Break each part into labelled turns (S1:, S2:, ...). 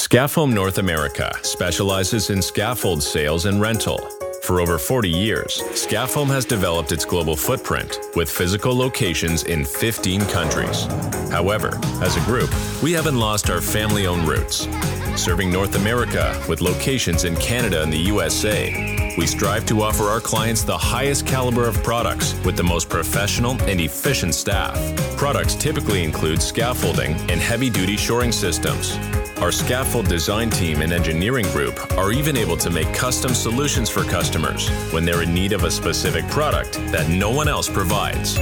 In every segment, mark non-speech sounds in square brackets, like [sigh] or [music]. S1: Scaffoam North America specializes in scaffold sales and rental. For over 40 years, Scaffoam has developed its global footprint with physical locations in 15 countries. However, as a group, we haven't lost our family owned roots. Serving North America with locations in Canada and the USA, we strive to offer our clients the highest caliber of products with the most professional and efficient staff. Products typically include scaffolding and heavy duty shoring systems. Our scaffold design team and engineering group are even able to make custom solutions for customers when they're in need of a specific product that no one else provides.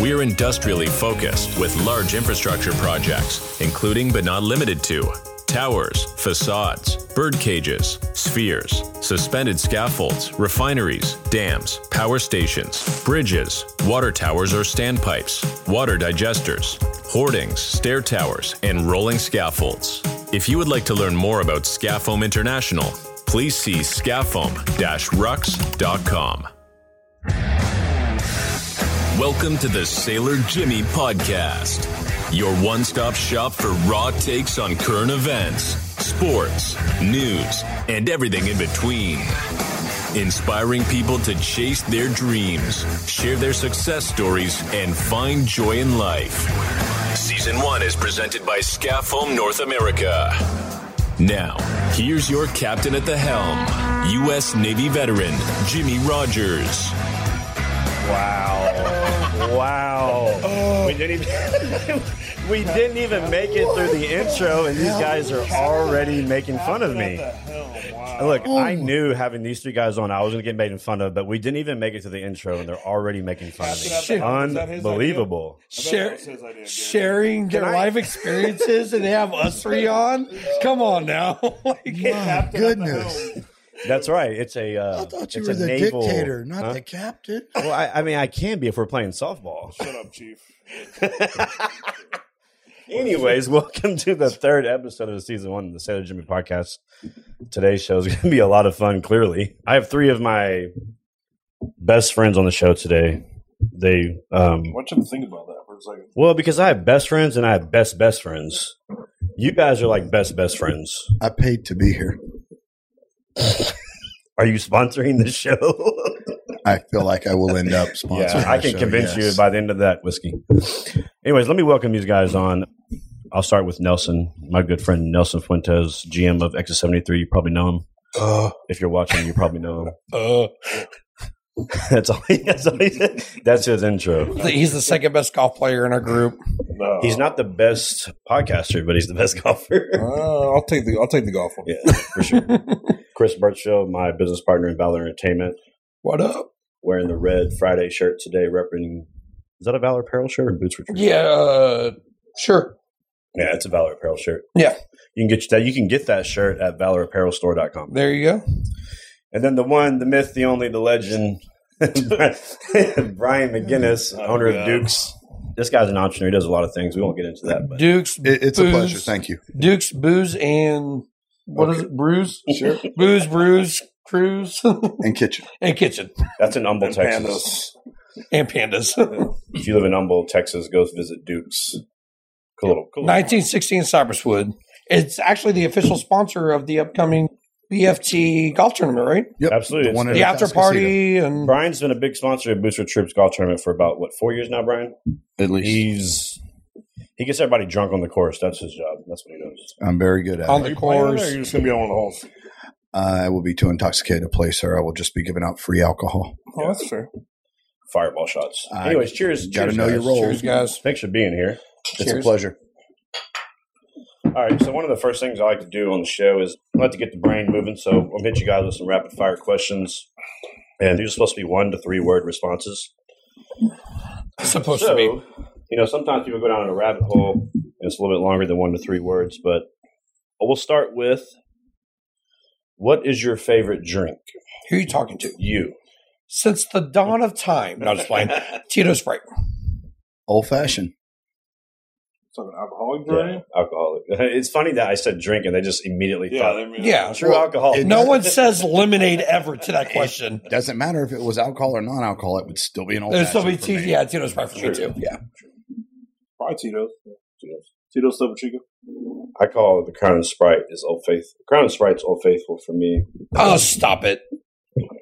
S1: We are industrially focused with large infrastructure projects, including but not limited to towers, facades, bird cages, spheres, suspended scaffolds, refineries, dams, power stations, bridges, water towers or standpipes, water digesters, hoardings, stair towers, and rolling scaffolds. If you would like to learn more about Scaffoam International, please see scaffoam-rux.com. Welcome to the Sailor Jimmy Podcast, your one stop shop for raw takes on current events, sports, news, and everything in between. Inspiring people to chase their dreams, share their success stories, and find joy in life. Season 1 is presented by Scaffoam North America. Now, here's your captain at the helm, U.S. Navy veteran Jimmy Rogers.
S2: Wow. Wow. We didn't even [laughs] we didn't even make it through the intro and these guys are already making fun of me. Look, I knew having these three guys on I was going to get made fun of, but we didn't even make it to the intro and they're already making fun of me.
S3: Shit.
S2: Unbelievable.
S3: share,
S4: That's his idea, Gary.
S3: sharing their
S2: I-
S3: life experiences and they have
S5: [laughs]
S3: us three on. Come on now. [laughs] Like,
S5: My goodness.
S2: That's right. It's a uh,
S5: I thought you
S2: it's
S5: were
S2: a
S5: the
S2: naval-
S5: dictator, not
S2: Huh?
S5: the captain.
S2: Well, I, I mean, I can be if we're playing softball.
S4: Shut up,
S2: [laughs]
S4: Chief. [laughs]
S2: Anyways, welcome to the third episode of the season one of the Sailor Jimmy podcast. Today's show is going to be a lot of fun, clearly. I have three of my best friends on the show today. They, um,
S4: I want you to think about that for a second.
S2: well, because I have best friends and I have best best friends. You guys are like best best friends.
S5: I paid to be here.
S2: Are you sponsoring the show? [laughs]
S5: I feel like I will end up sponsoring.
S2: Yeah, I
S5: the
S2: can
S5: show,
S2: convince you
S5: yes.
S2: by the end of that whiskey. Anyways, let me welcome these guys on. I'll start with Nelson, my good friend Nelson Fuentes, GM of X73. You probably know him. if you're watching, you probably know him. [laughs]
S3: uh,
S2: that's all. He, that's, all he said. that's his intro.
S3: he's the second best golf player in our group.
S4: No.
S2: He's not the best podcaster, but he's the best [laughs] golfer.
S4: Uh, I'll take the I'll take the golf one.
S2: Yeah, for sure. [laughs] Chris Burchill, my business partner in Valor Entertainment,
S3: What up?
S2: wearing the red Friday shirt today, repping. Is that a Valor Apparel shirt or Boots Retreat?
S3: Yeah, uh, sure.
S2: Yeah, it's a Valor Apparel shirt.
S3: Yeah.
S2: You can get that you can get that shirt at valorapparelstore.com.
S3: There you go.
S2: And then the one, the myth, the only, the legend, [laughs] Brian McGinnis, owner of
S4: Oh, God.
S2: Dukes. This guy's an entrepreneur. He does a lot of things. We won't get into that. But
S3: Duke's
S5: It- it's a
S3: booze-
S5: pleasure. Thank you.
S3: Duke's booze and what is it? Brews?
S4: Sure.
S3: booze, brews, cruise,
S5: And kitchen.
S3: [laughs] and kitchen
S2: that's in Humble,
S4: And
S2: Texas.
S4: pandas.
S3: and pandas. [laughs]
S2: If you live in Humble, Texas, go visit Dukes. Cool little, cool. little-
S3: 1916 Cypresswood. It's actually the official sponsor of the upcoming BFT golf tournament, right?
S5: Yep.
S2: Absolutely.
S5: The one
S2: It's-
S5: in
S3: The
S5: Yeah.
S3: after party and
S2: Brian's been a big sponsor of Booster Troops Golf Tournament for about what four years now, Brian.
S5: At least
S2: He's he gets everybody drunk on the course. That's his job. That's what he knows.
S5: I'm very good at
S3: on
S5: it.
S3: the
S4: Or
S3: course.
S4: are you just gonna be on one of the holes?
S5: I will be too intoxicated to play, sir. I will just be giving out free alcohol.
S4: Oh, that's fair.
S2: Fireball shots.
S5: I
S2: Anyways, cheers.
S5: gotta
S2: cheers,
S5: know your
S2: guys.
S5: role.
S3: Cheers, guys.
S2: Thanks for being here.
S5: It's a
S3: Cheers.
S5: pleasure.
S2: All right, so one of the first things I like to do on the show is I like to get the brain moving. So I'll hit you guys with some rapid fire questions, and these are supposed to be one to three word responses.
S3: Supposed
S2: so,
S3: to be.
S2: you know, sometimes people go down in a rabbit hole, and it's a little bit longer than one to three words. But we'll start with what is your favorite drink?
S3: Who are you talking to?
S2: You.
S3: Since the dawn of time. No,
S2: [laughs]
S3: just playing. Tito Sprite.
S5: Old fashioned.
S4: It's like an alcoholic
S2: Yeah,
S4: drink.
S2: alcoholic. [laughs] It's funny that I said drink, and they just immediately
S4: Yeah,
S2: thought
S4: I mean, uh,
S3: Yeah.
S2: true
S5: Well,
S2: alcohol.
S5: it-
S3: No one says lemonade ever to that question.
S5: Doesn't matter if it was alcohol or non alcohol, it would still be an old
S3: There'll
S5: fashioned.
S3: still be
S5: for me.
S3: Tito. Yeah, Tito Sprite for me
S2: True.
S3: too.
S5: Yeah.
S4: Probably Tito's. Tito's Topo Chico.
S2: I call the Crown and Sprite is Old Faithful. Crown and Sprite's Old Faithful for me.
S3: Oh, stop it!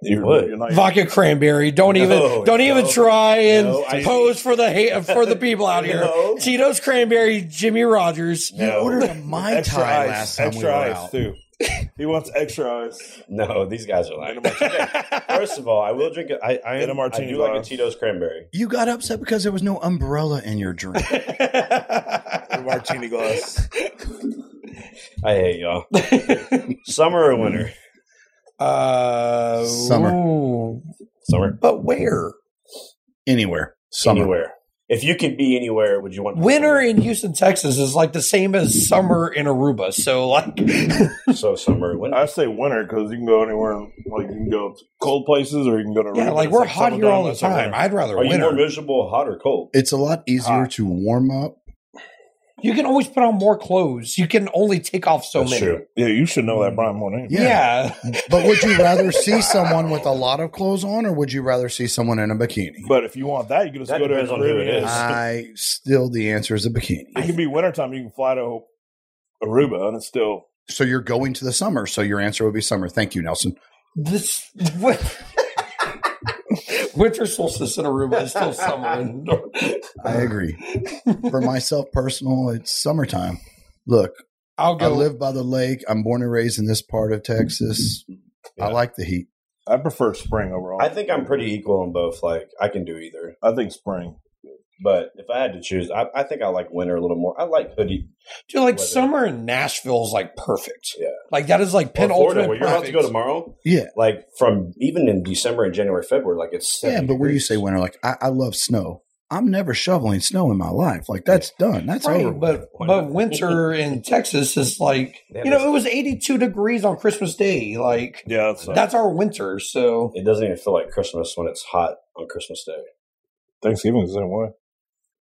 S4: You're,
S2: would.
S4: you're not-
S3: Vodka cranberry. Don't even
S2: No,
S3: don't even
S2: no,
S3: try and
S2: no, I-
S3: pose for the hate, for the people out here.
S2: [laughs] No.
S3: Tito's cranberry, Jimmy Rogers.
S5: You
S3: [laughs]
S5: ordered a Mai
S4: extra
S5: Tai
S4: ice.
S5: last time we were
S4: extra ice
S5: out.
S4: too. he wants extra ice.
S2: No, these guys are lying.
S4: And a
S3: [laughs]
S4: martini.
S2: [laughs] First of all, I will drink. A, I I,
S4: And
S2: am,
S4: a martini
S2: I do like a
S4: glass.
S2: Tito's cranberry.
S5: You got upset because there was no umbrella in your drink.
S4: A martini glass.
S2: I hate y'all. [laughs] Summer or winter?
S3: Uh,
S5: Summer.
S3: ooh.
S2: Summer.
S3: [laughs] But where?
S5: Anywhere. Summer.
S2: Anywhere. If you could be anywhere, would you want
S3: Winter in Houston, Texas is like the same as summer in Aruba. So like
S2: [laughs]
S3: [laughs]
S2: So summer or winter.
S4: I say winter because you can go anywhere. and, Like you can go to cold places or you can go to
S3: yeah,
S4: Aruba.
S3: like
S4: It's
S3: we're hot
S4: summer
S3: here all the
S4: down there.
S3: time. I'd rather
S2: Are you more
S3: winter. You,
S2: miserable, hot or cold?
S5: It's a lot easier
S4: Hot.
S5: to warm up.
S3: can always put on more clothes. You can only take off so many.
S4: Yeah, you should know that, Brian. More than anybody.
S3: Yeah.
S5: But would you rather see someone with a lot of clothes on or would you rather see someone in a bikini?
S4: But if you want that, you can just
S2: That
S4: go to
S2: depends on who it
S4: Caribbean.
S2: is.
S5: I still the answer is a bikini.
S4: It can be wintertime. You can fly to Aruba and it's still.
S5: So you're going to the summer, so your answer would be summer. Thank you, Nelson.
S3: This [laughs] what, winter solstice in Aruba is still summer. In,
S5: I agree. For myself personal, it's summertime. Look,
S3: I'll
S5: I
S3: go.
S5: live by the lake. I'm born and raised in this part of Texas.
S2: Yeah.
S5: I like the heat.
S4: I prefer spring overall.
S2: I think I'm pretty equal on both. Like I can do either.
S4: I think spring.
S2: But if I had to choose, I, I think I like winter a little more. I like hoodie.
S3: Dude, like
S2: Weather.
S3: summer in Nashville is like perfect.
S2: Yeah.
S3: Like that is like
S2: Or
S3: pin
S2: Florida,
S3: ultimate.
S2: where you're about to go
S3: perfect.
S2: tomorrow,
S5: Yeah.
S2: like from even in December and January, February, like it's
S5: Yeah,
S2: 70
S5: but where you
S2: degrees.
S5: say winter, like I, I love snow. I'm never shoveling snow in my life. Like that's done. That's over.
S3: Right,
S5: with.
S3: but but winter in Texas is like
S2: They have
S3: you know
S2: this-
S3: it was 82 degrees on Christmas Day. Like
S4: Yeah, that's,
S3: that's our winter. So
S2: it doesn't even feel like Christmas when it's hot on Christmas Day.
S4: Thanksgiving is the same way.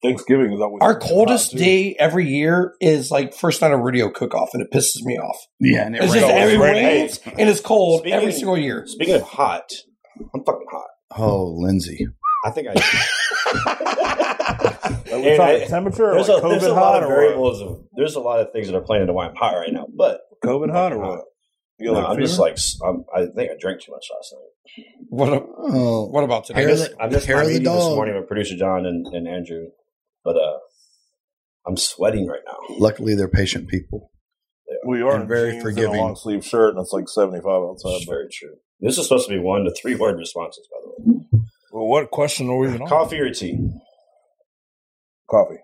S4: Thanksgiving is always
S3: our coldest
S4: hot, too.
S3: day every year is like first night of rodeo cook off, and it pisses me off.
S5: yeah, and it
S3: It's
S5: rains.
S3: just every
S4: It
S3: rains
S4: rains.
S3: and it's cold every
S2: Speaking-
S3: single year.
S2: Speaking of hot, I'm fucking hot.
S5: oh, Lindsay.
S2: I think I.
S4: Are we
S2: And
S4: talking
S2: I-
S4: temperature or
S2: there's,
S4: like
S2: a, there's
S4: COVID
S2: a
S4: hot
S2: lot of
S4: or what?
S2: variables. Of, there's a lot of things that are playing into why I'm hot right now. But
S4: COVID hot or what? You
S2: no,
S4: got,
S2: I'm
S4: fever?
S2: just like s- I'm, I think I drank too much last night.
S3: What a-
S5: Oh,
S3: what about
S2: I
S5: I
S3: today?
S5: Hair
S2: missed,
S5: of the-
S2: I missed
S5: hair
S2: my
S5: of the
S2: meeting this
S5: dog.
S2: morning with producer John and, and Andrew, but uh, I'm sweating right now.
S5: luckily they're patient people.
S4: we are
S5: and
S4: in
S5: very
S4: jeans And
S5: forgiving.
S4: a long sleeve shirt and it's like 75 outside.
S2: That's
S4: But,
S2: very true. This is supposed to be one to three word responses, by the way.
S4: well, what question are we even on?
S2: Coffee or tea?
S4: Coffee.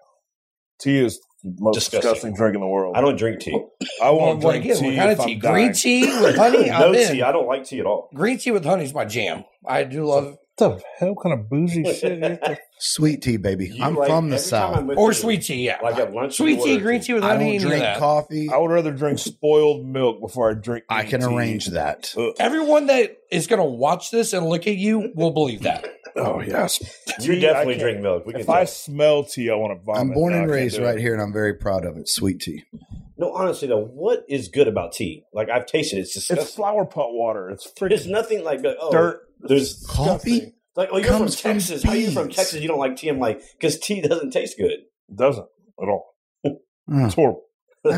S4: Tea is the most
S2: Disgusting.
S4: disgusting. drink in the world.
S2: I don't drink tea.
S4: I
S3: Well,
S4: won't
S3: what
S4: drink
S3: again,
S4: tea.
S3: what kind
S4: if
S3: of
S4: I'm
S3: tea?
S4: dying.
S3: Green tea
S2: [laughs]
S3: with honey.
S2: no
S3: I'm in.
S2: tea. I don't like tea at all.
S3: Green tea with honey is my jam. I do love
S4: What the hell kind of bougie [laughs] shit is this?
S5: Sweet tea, baby.
S2: [laughs] You
S5: I'm
S2: like-
S5: from the
S2: every time I'm
S5: south.
S2: with
S3: or
S2: you,
S3: sweet tea. Yeah,
S2: Like at lunch,
S3: sweet
S2: you
S3: tea,
S2: order
S3: green tea with
S5: I
S3: honey.
S5: don't
S3: any of
S5: drink
S3: that.
S5: coffee.
S4: I would rather drink spoiled milk before I drink.
S5: I can
S4: tea.
S5: arrange that.
S4: Ugh.
S3: Everyone that is going to watch this and look at you will believe that.
S4: Oh yes,
S2: You
S4: Tea, I
S2: definitely
S4: can't-
S2: drink milk. We can
S4: If I
S2: tell.
S4: smell tea, I want to vomit.
S5: I'm born
S4: No,
S5: and
S4: I can't
S5: raised
S4: do it.
S5: right here, and I'm very proud of it. Sweet tea.
S2: No, honestly though, what is good about tea? Like I've tasted, it. it's disgusting.
S4: It's flower pot water. It's
S2: There's
S4: freaking
S2: nothing like oh,
S4: dirt.
S2: There's
S5: Coffee?
S2: like oh, you're from
S5: Comes from
S2: Texas. How you from
S5: beans.
S2: Texas? You don't like tea? I'm like because tea doesn't taste good.
S4: Doesn't at all.
S5: Oh,
S4: It's horrible.
S5: I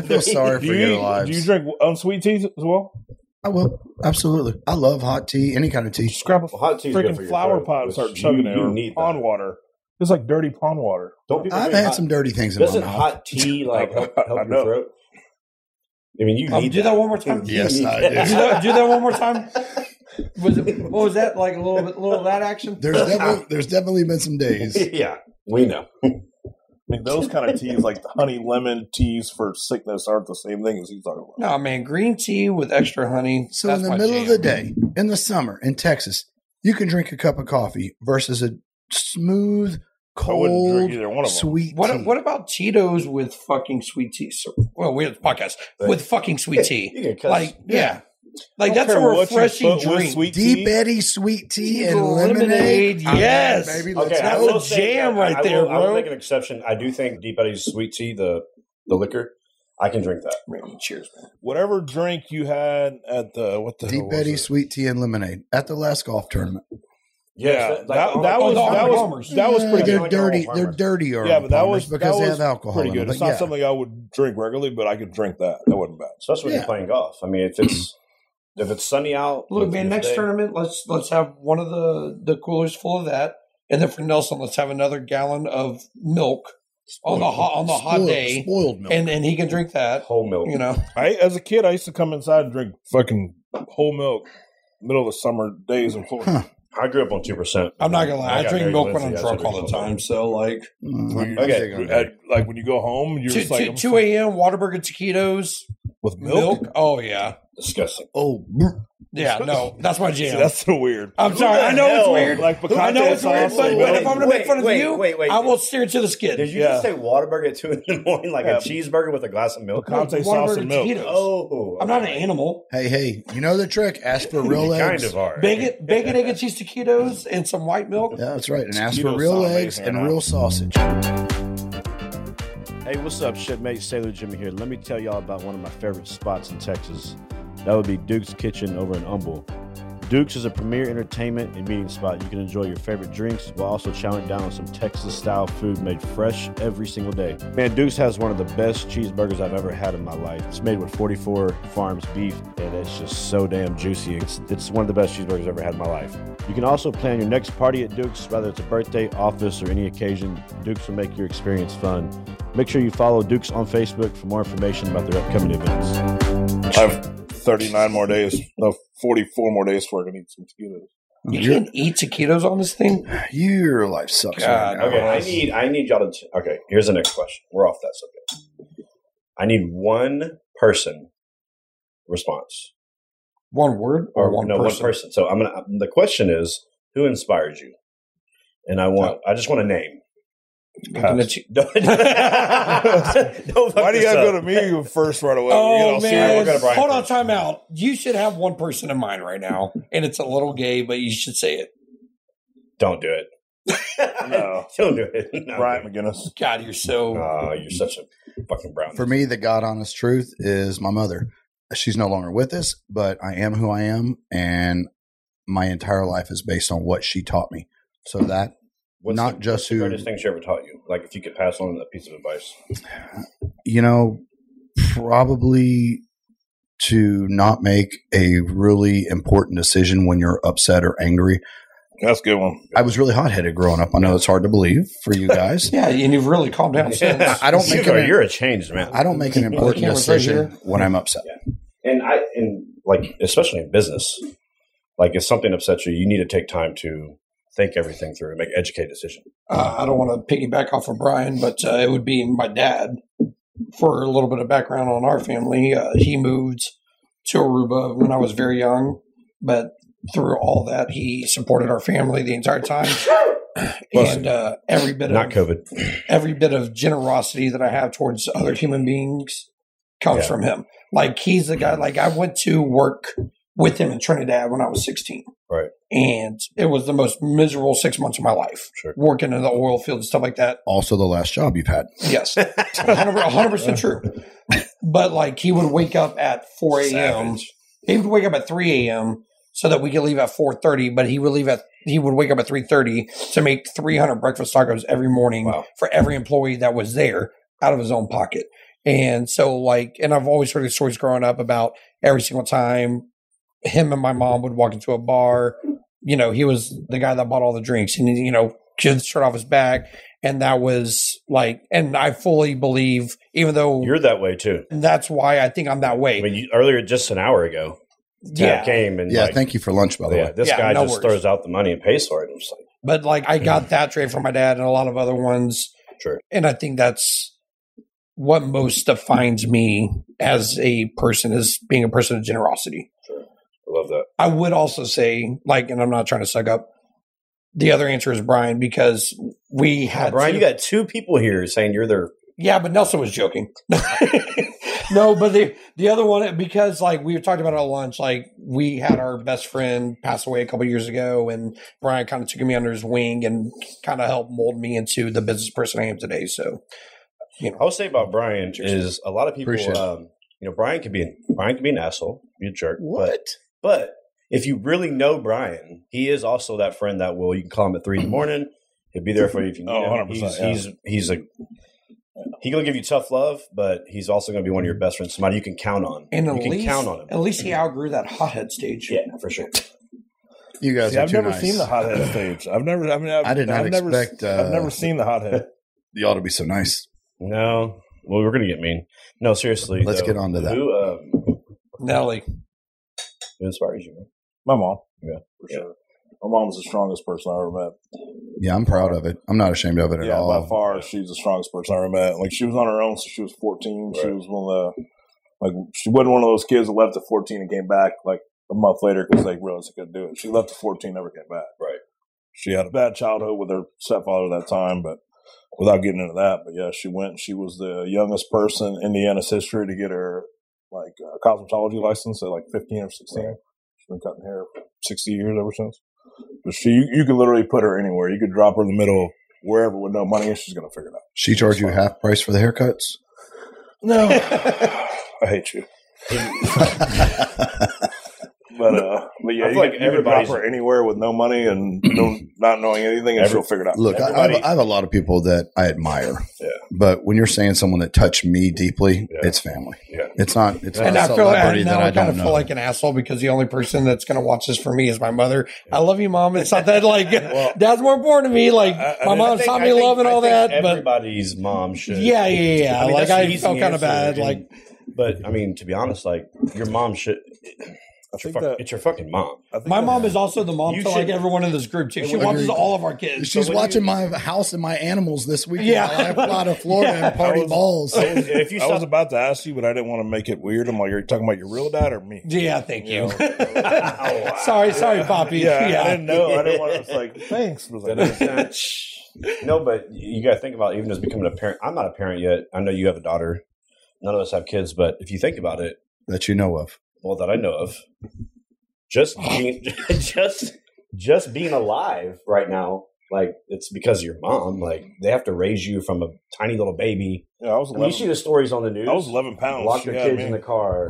S2: [laughs]
S5: feel sorry for
S4: Do you,
S5: your
S4: eat-
S5: lives.
S4: do you drink unsweet teas as well?
S5: I will Oh, absolutely. I love hot tea, any kind of tea.
S4: Just grab a
S2: Well, hot tea's good for
S4: freaking
S2: your
S4: flower
S2: throat,
S4: pot and
S2: which
S4: start chugging
S2: you-
S4: it.
S2: you
S4: or
S2: need
S4: pond
S2: that.
S4: water. It's like dirty pond water. [laughs]
S2: Don't people
S5: I've
S2: drink
S5: had
S2: hot-
S5: some dirty things in my
S2: Doesn't
S5: mouth.
S2: hot [laughs] tea like help,
S4: I
S2: help your
S4: know.
S2: throat? I mean, you
S3: Um,
S2: need
S3: do that one more time.
S2: You
S5: Yes,
S2: need
S5: I
S2: that.
S5: do.
S3: [laughs] Do that, do that one more
S4: [laughs]
S3: time. Was it, what was that like? A little bit, little of that action.
S5: There's definitely, there's definitely been some days.
S2: [laughs] yeah, we know.
S4: I mean, those kind of teas, like the honey lemon teas for sickness, aren't the same thing as he's talking about.
S3: No man, green tea with extra honey.
S5: So
S3: that's
S5: in the
S3: my
S5: middle
S3: jam.
S5: of the day, in the summer, in Texas, you can drink a cup of coffee versus a smooth,
S4: I wouldn't drink
S5: cold,
S4: either one of them.
S5: sweet tea.
S3: What what about Cheetos with fucking sweet tea? So, well, we have a podcast with fucking sweet tea.
S2: You can cuss.
S3: Like yeah,
S5: Yeah.
S3: like
S4: I don't
S3: that's a
S4: care what you
S3: refreshing
S4: put with
S3: drink.
S4: Sweet tea.
S5: Deep Eddy sweet tea and lemonade.
S3: Lemonade,
S5: I'm in,
S3: yes. [laughs]
S5: baby, let's
S2: okay, I
S5: go.
S3: That's
S2: will
S3: a
S2: say-
S3: jam
S2: I-
S3: right
S2: I will-
S3: there,
S2: I
S3: bro.
S2: will make an exception. I do think Deep Eddy's sweet tea, the the liquor, I can drink that.
S3: Man, Cheers, man.
S4: Whatever drink you had at the what the
S5: Deep
S4: hell was
S5: Eddy
S4: it?
S5: sweet tea and lemonade at the last golf tournament.
S6: Yes,
S4: Yeah,
S6: that-
S4: that,
S6: like the-
S4: that,
S6: like
S4: was
S6: the
S4: that
S3: Arnold
S4: was that was pretty
S5: They're
S4: good.
S5: dirty.
S6: Arnold
S5: They're
S6: Palmers.
S5: dirty.
S4: Yeah, but that was
S5: because
S4: that
S5: they
S4: was
S5: have alcohol.
S4: Pretty
S5: in them,
S4: good. It's
S5: but
S4: not
S5: yeah.
S4: something I would drink regularly, but I could drink that. That wasn't bad.
S2: especially when
S5: Yeah.
S2: you're playing golf. I mean, if
S3: [clears throat]
S2: it's if it's sunny out,
S3: Look,
S2: if
S3: man,
S2: it's
S3: next
S2: day-
S3: tournament, let's let's have one of the the coolers full of that, and then for Nelson, let's have another gallon of milk on the hot on the hot
S5: Spoiled-
S3: day,
S5: Spoiled milk.
S3: and and he can drink that.
S2: whole milk.
S3: You know,
S4: I as a kid, I used to come inside and drink fucking whole milk, middle of the summer days in Florida.
S5: Huh.
S2: I grew up on two percent.
S3: I'm not gonna lie, I,
S2: got
S3: drink
S2: Mary
S3: milk when I'm
S2: Lindsay, I
S3: drunk
S2: drink
S3: all
S2: milk.
S3: the time. So like
S5: Mm, I'm
S4: Okay, uh,
S5: big on that.
S4: at- like when you go home, you're
S3: two,
S4: just like
S3: two,
S4: I'm
S3: 2 a.m. Waterburger taquitos,
S4: with milk.
S3: milk. Oh yeah,
S2: Disgusting.
S5: Oh,
S3: yeah.
S4: [laughs]
S3: No, that's my
S4: See,
S3: jam.
S4: that's so weird.
S3: I'm sorry, I know it's weird.
S4: Like picante
S3: I know it's weird,
S4: sauce
S3: but,
S4: and
S3: but
S4: milk.
S3: if I'm gonna
S2: Wait,
S3: make fun of
S2: wait,
S3: you,
S2: wait, wait.
S3: I will steer it to the skin.
S2: Did you
S4: Yeah.
S2: just say Waterburger at two in the morning, like
S4: Yeah.
S2: a cheeseburger with a glass of milk?
S4: Picante sauce and milk.
S3: taquitos.
S2: Oh,
S3: I'm not an animal.
S5: hey, hey, you know the trick? Ask for
S4: [laughs]
S5: real
S2: You
S5: eggs.
S2: kind of are.
S3: Bacon, bacon, egg, and cheese taquitos, and some white milk.
S5: Yeah, that's right. And ask for
S4: Mosquitoes
S5: real
S4: sound
S5: eggs
S4: amazing
S5: and
S4: right now.
S5: real sausage.
S2: Hey, what's up, shipmate? Sailor Jimmy here. Let me tell y'all about one of my favorite spots in Texas. That would be Duke's Kitchen over in Humble. Duke's is a premier entertainment and meeting spot. You can enjoy your favorite drinks while also chowing down on some Texas style food made fresh every single day. Man, Duke's has one of the best cheeseburgers I've ever had in my life. It's made with 44 farms beef, and it's just so damn juicy. It's, it's one of the best cheeseburgers I've ever had in my life. You can also plan your next party at Duke's, whether it's a birthday, office, or any occasion. Duke's will make your experience fun. Make sure you follow Duke's on Facebook for more information about their upcoming events.
S4: I have 39 more days, no, 44 more days for I can eat some taquitos.
S3: You can't eat taquitos on this thing.
S5: Your life sucks.
S3: God,
S5: right now.
S2: Okay, I need I need y'all to. Okay, here's the next question. We're off that subject. I need one person response
S3: One word or, one
S2: no
S3: person.
S2: one person. So I'm gonna. The question is, who inspired you? And I want.
S4: Oh.
S2: I just want a name.
S3: Looking at you.
S2: [laughs] Don't, don't fuck
S4: Why do you
S2: this
S4: gotta
S2: up.
S4: go to me first right away? You
S3: Oh
S4: know, see,
S3: man!
S4: we're gonna-
S2: Brian
S3: Hold on,
S2: first.
S3: time out. You should have one person in mind right now, and it's a little gay, but you should say it.
S2: Don't do it.
S4: [laughs] No.
S2: [laughs] Don't do it. No.
S4: Brian McGinnis.
S3: God, you're so.
S2: Oh, you're such a fucking brown.
S5: For me, the God honest truth is my mother. She's no longer with us, but I am who I am, and my entire life is based on what she taught me. So that not
S2: the,
S5: just
S2: what's the
S5: who-
S2: greatest thing she ever taught you. Like if you could pass on a piece of advice.
S5: you know, probably to not make a really important decision when you're upset or angry.
S4: That's a good one.
S5: I was really hot headed growing up. I know it's hard to believe for
S3: [laughs]
S5: you guys.
S3: yeah, and you've really
S2: [laughs]
S3: calmed down since.
S5: [laughs] I- I don't
S2: You
S5: make
S2: are,
S5: an,
S2: you're a changed man.
S5: I don't
S2: [laughs]
S5: make an important
S3: Cameras right
S5: decision
S3: here.
S5: when I'm upset.
S2: and I and like especially in business, like if something upsets you, you need to take time to think everything through and make an educated decision.
S3: uh, I don't want to piggyback off of Brian, but uh, it would be my dad. For a little bit of background on our family, uh, he moved to Aruba when I was very young, but through all that, he supported our family the entire time, and uh, every bit
S2: Not
S3: of
S2: COVID.
S3: every bit of generosity that I have towards other human beings comes
S2: Yeah. Mm-hmm.
S3: from him. Like he's the guy. Like I went to work with him in Trinidad when I was sixteen.
S2: Right.
S3: And it was the most miserable six months of my life
S2: Sure.
S3: working in the oil field and stuff like that.
S5: Also, the last job you've had.
S3: Yes, 100 percent true. But like he would wake up at four a.m.
S2: Savage.
S3: He would wake up at three a.m. so that we could leave at four thirty. But he would leave at he would wake up at three thirty to make three hundred breakfast tacos every morning
S2: Wow.
S3: for every employee that was there out of his own pocket. And so like, and I've always heard these stories growing up about every single time him and my mom would walk into a bar. You know, he was the guy that bought all the drinks, and you know, kids shirt off his back, and that was like, and I fully believe, even though
S2: You're that way too.
S3: that's why I think I'm that way.
S2: I mean, you, earlier just an hour ago, Tab
S3: yeah,
S2: came and
S5: Yeah,
S2: like,
S5: thank you for lunch, by the
S2: yeah,
S5: way.
S2: this
S3: Yeah,
S2: guy
S3: no
S2: just
S3: worries.
S2: throws out the money and pays for it. I'm just like,
S3: but like I
S2: Mm-hmm.
S3: got that trait from my dad and a lot of other ones,
S2: Sure.
S3: and I think that's what most defines me as a person is being a person of generosity.
S2: I love that.
S3: I would also say, like, and I'm not trying to suck up. The other answer is Brian because we had
S2: Brian,
S3: to-
S2: you got two people here saying you're their
S3: Yeah, but Nelson was joking. [laughs] no, but the the other one because like we were talking about it at lunch, like we had our best friend pass away a couple years ago, and Brian kind of took me under his wing and kind of helped mold me into the business person I am today. So
S2: I'll say about Brian is a lot of people.
S5: Appreciate it.
S2: Um, you know, Brian could be an, Brian could be an asshole, be a jerk.
S5: What?
S2: But, but if you really know Brian, he is also that friend that will you can call him at three in the morning. He'll be there for you if you
S5: [laughs]
S2: need
S4: Oh,
S2: him.
S4: 100%,
S2: He's,
S4: yeah.
S2: he's he's a he gonna give you tough love, but he's also gonna be one of your best friends, somebody you can count on.
S3: And
S2: you
S3: at
S2: can
S3: least,
S2: count on him.
S3: at least he outgrew that hothead stage.
S2: yeah, for sure.
S5: You guys
S4: See,
S5: are
S4: I've
S5: too
S4: never
S5: nice.
S4: seen
S5: [laughs]
S4: the hothead stage. I've never. I mean, I've,
S5: I did not
S4: I've never,
S5: expect, uh,
S4: I've never seen
S5: [laughs]
S4: the hothead.
S5: Y'all to be so nice.
S2: No, well, we're gonna get mean. No, seriously.
S5: Let's
S2: though,
S5: get on to that.
S2: Who, um,
S3: Nelly.
S2: who inspires you? man?
S4: My mom.
S2: Yeah.
S4: for sure. My mom's the strongest person I ever met.
S5: Yeah, I'm proud of it. I'm not ashamed of it at
S4: yeah,
S5: all.
S4: by far, she's the strongest person I ever met. Like she was on her own since she was fourteen. She
S2: Right.
S4: was one of the like she wasn't one of those kids that left at fourteen and came back like a month later because they realized they couldn't do it. She left at fourteen, never came back.
S2: Right.
S4: She had a bad childhood with her stepfather at that time, but without getting into that, but yeah, she went. She was the youngest person in Indiana's history to get her like uh, cosmetology license at like fifteen or sixteen. She's been cutting hair for sixty years ever since. But she, you, you could literally put her anywhere. You could drop her in the middle of wherever with no money, and she's gonna figure it out.
S5: She charged you half price for the haircuts.
S4: [laughs] No, I hate [laughs] you. But uh, but yeah,
S2: I feel
S4: you,
S2: like
S4: like you could drop
S2: everybody's-
S4: her anywhere with no money and no, not knowing anything, and
S2: Every-
S4: she'll figure it out.
S5: Look, I, I,
S2: Everybody-
S5: have, I have a lot of people that I admire.
S4: Yeah.
S5: But when you're saying someone that touched me deeply,
S4: Yeah.
S5: it's family.
S4: Yeah.
S5: It's not. It's
S3: And
S5: not
S3: I
S5: a
S3: feel I,
S5: celebrity
S3: now
S5: that
S3: I,
S5: I
S3: kind
S5: don't
S3: of feel
S5: know.
S3: like an asshole because the only person that's going to watch this for me is my mother. I love you, mom. It's not
S2: [laughs]
S3: that like dad's more important to me. Like
S4: I- I
S3: my
S4: mean,
S3: mom
S2: think-
S3: taught me
S2: think-
S3: love and
S2: I
S3: all
S2: think
S3: that, but
S2: Everybody's mom should.
S3: yeah, yeah, yeah.
S2: I mean,
S3: like
S2: that's
S3: I
S2: an easy
S3: felt kind of
S2: answer,
S3: bad.
S2: and-
S3: Like
S2: but I mean, to be honest, like your mom should.
S4: I
S2: It's your,
S4: think
S2: fuck,
S4: that-
S2: it's your fucking mom.
S4: I think
S3: my
S4: that-
S3: mom is also the mom
S2: You
S3: to like
S2: should-
S3: everyone in this group too. She
S5: Agreed.
S3: watches all of our kids.
S5: She's
S2: when
S5: watching my house and my animals this weekend.
S3: Yeah.
S5: while I fly to
S3: [laughs]
S5: Florida
S3: Yeah.
S5: and party
S4: I was-
S5: balls.
S2: if you
S4: I was
S2: stop,
S4: about to ask you, but I didn't want to make it weird. I'm like, are you talking about your real dad or me? [laughs]
S3: Yeah, thank you.
S2: Oh, wow.
S3: [laughs] sorry, sorry, Poppy.
S4: Yeah, I
S3: Yeah,
S4: didn't know. I didn't want to. It's like, [laughs] thanks. I was like,
S2: [laughs] no, but you got to think about even just becoming a parent. I'm not a parent yet. I know you have a daughter. None of us have kids, but if you think about it,
S5: that you know of.
S2: well, that I know of,
S3: [laughs]
S2: just being, [laughs] just just being alive right now, like it's because of your mom. Like they have to raise you from a tiny little baby.
S4: yeah, I was
S2: I mean, you see
S4: 11.
S2: the stories on the news.
S4: I was 11 pounds.
S2: Lock your
S4: Yeah,
S2: kids
S4: I
S2: in
S4: mean,
S2: the car.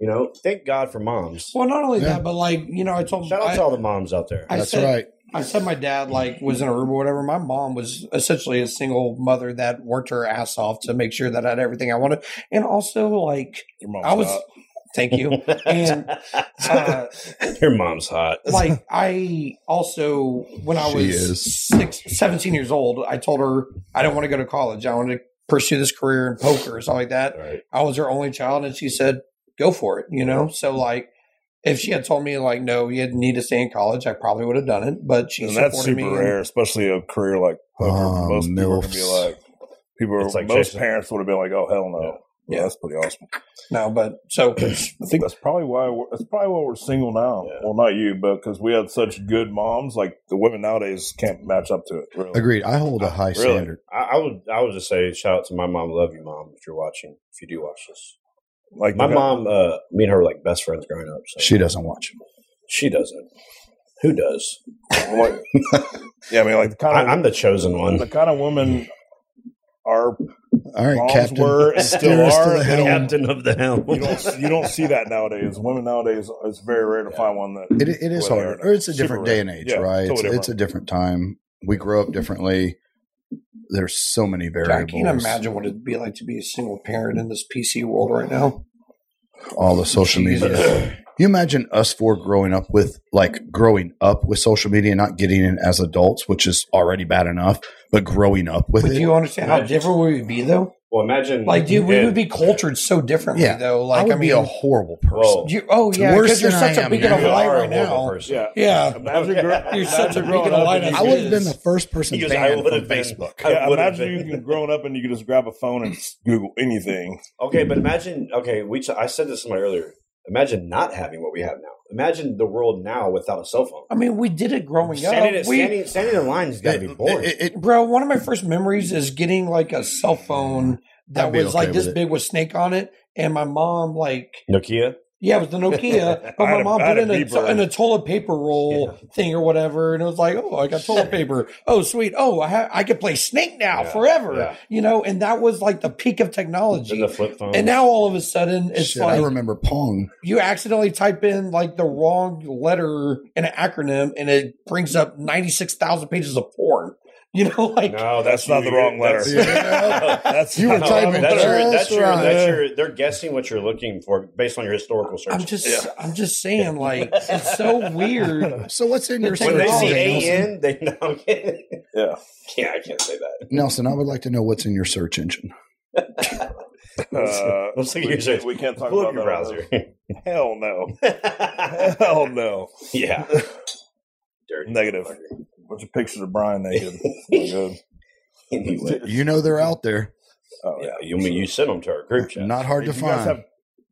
S2: You know, thank God for moms.
S3: [laughs] Well, not only
S5: Yeah.
S3: that, but like you know, I told
S2: Shout out
S3: I-
S2: to all the moms out there.
S3: I
S5: That's
S3: said-
S5: right.
S3: I said my dad like was in Aruba or whatever. My mom was essentially a single mother that worked her ass off to make sure that I had everything I wanted, and also like
S4: your mom's
S3: I was.
S4: hot.
S3: Thank you. And uh,
S2: [laughs] Your mom's hot.
S5: [laughs]
S3: like I also when I
S5: She
S3: was
S5: is.
S3: six, 17 years old, I told her I didn't want to go to college. I wanted to pursue this career in poker or something like that.
S2: Right.
S3: I was her only child, and she said, "Go for it," you know. So like, if she had told me like, "No, you need to stay in college," I probably would have done it. But she
S4: And
S3: supported
S4: that's super
S3: me. and-
S4: rare, especially a career like poker.
S5: Oh,
S4: most people are gonna be
S5: milfs.
S4: like, people are,
S2: It's like
S4: most
S2: chasing-
S4: parents would have been like, oh, hell no.
S2: Yeah.
S4: Yeah,
S3: Yeah.
S4: that's pretty awesome.
S3: No, but so
S4: [clears throat] I think that's probably why we're, that's probably why we're single now.
S2: Yeah.
S4: Well, not you, but because we had such good moms, like the women nowadays can't match up to it. Really.
S5: Agreed. I hold a high
S4: Really?
S5: standard.
S2: I, I would. I would just say shout out to my mom. Love you, mom. If you're watching, if you do watch this,
S4: Like
S2: my
S4: the-
S2: mom. Uh, me and her were like best friends growing up. So. She
S5: She doesn't watch.
S2: doesn't. Who does?
S5: [laughs]
S4: I'm [laughs] like- yeah, I mean, like the
S2: I,
S4: kind
S2: I'm the chosen
S4: of
S2: one.
S4: the kind of woman our
S5: All right,
S4: moms
S5: Captain.
S4: were
S5: [laughs]
S4: and still
S5: steer us to
S4: are.
S5: the
S4: they don't-
S2: Captain of the helm.
S4: you don't you don't see that nowadays. Women nowadays, it's very rare to find one that
S5: It, it is
S4: Well,
S5: harder.
S4: they're
S5: Or it's a
S4: super
S5: different
S4: rare.
S5: day and age,
S4: Yeah,
S5: right? It's,
S4: totally
S5: it's a different time. We grow up differently. There's so many
S3: I
S5: variables.
S3: can't imagine what it'd be like to be a single parent in this PC world right now.
S5: All the social media.
S3: Jesus.
S5: You imagine us four growing up with like growing up with social media, and not getting it as adults, which is already bad enough, but growing up with
S3: But do
S5: it.
S3: you understand how
S2: Imagine.
S3: different we would be though?
S2: [laughs] well, imagine
S3: Like, dude, we
S2: and-
S3: would be cultured so differently
S5: Yeah.
S3: though.
S5: I
S3: Like,
S5: would
S3: I,
S5: be
S3: mean,
S5: a horrible person.
S2: Well,
S3: you, oh yeah,
S5: Worse
S3: because you're
S5: than I
S3: such a
S5: am
S3: beacon
S5: now.
S3: of
S2: you
S3: light
S2: are a
S3: right
S2: horrible
S3: now.
S2: person.
S4: yeah.
S3: Yeah,
S4: Imagine grow-
S3: You're such a
S4: imagine growing
S3: beacon of
S4: up
S3: light
S4: and
S5: I
S4: you
S5: would have
S4: just-
S5: been the first person
S2: He goes, I
S5: banned
S2: would
S5: from
S2: have been.
S5: Facebook.
S2: I
S4: Yeah,
S2: would have
S4: imagine you
S2: been.
S4: can grown up and you can just grab a phone and just Google anything.
S2: Okay, but imagine. Okay, we. T- I said this to somebody earlier. Imagine not having what we have now. Imagine the world now without a cell phone.
S3: I mean, we did it growing up.
S2: Standing,
S3: Oh we,
S2: standing, standing in line has got to be boring.
S5: It- it- it-
S3: bro, one of my first memories is getting like a cell phone that
S5: I'd be
S3: was
S5: okay
S3: like
S5: with
S3: this
S5: it.
S3: big with snake on it, and my mom like
S2: Nokia.
S3: Yeah, it
S2: [laughs]
S3: was the Nokia, but
S4: I had
S3: my
S4: a-
S3: mom
S4: I had
S3: put
S4: a
S3: in a,
S4: bee bird.
S3: in a toilet paper roll thing or whatever, and it was like, oh, I
S2: [laughs]
S3: got toilet paper. Oh, sweet. Oh, I ha- I could play Snake now
S4: Yeah,
S3: forever.
S2: yeah.
S3: You know, and that was like the peak of
S2: Then
S3: technology.
S2: the flip phone.
S3: and now all of a sudden, it's
S5: Shit, I
S3: like
S5: remember Pong.
S3: you accidentally type in like the wrong letter in an acronym, and it brings up ninety six thousand pages of porn. [laughs] You know, like
S2: no,
S4: that's not the wrong letter.
S5: Yeah.
S4: That's
S5: You were
S4: not-
S5: typing
S2: that's your,
S5: just
S2: that's your,
S5: right.
S2: that's your, they're guessing what you're looking for based on your historical search.
S3: I'm just, I'm just saying, like it's so
S2: [laughs]
S3: weird.
S5: So what's in your
S3: When
S2: when
S5: search,
S2: they see
S5: Nelson?
S2: AN, they [laughs] know. I'm kidding.
S4: Yeah. [laughs]
S2: yeah, I can't say that.
S5: Nelson, I would like to know what's in your search engine.
S4: Uh,
S2: Let's look at
S4: we,
S2: your search.
S4: we can't talk
S2: Pull
S4: about
S2: up your
S4: that.
S2: browser.
S4: Hell no. Hell no.
S2: [laughs] yeah. Dirty.
S4: Negative.
S2: fucker.
S4: Bunch of pictures of Brian naked. No good.
S5: [laughs]
S2: Anyway.
S5: You know they're out there.
S4: Oh,
S2: Yeah, you mean you sent them to our group chat?
S5: Not hard
S4: Did
S5: to
S4: you guys
S5: find.
S4: have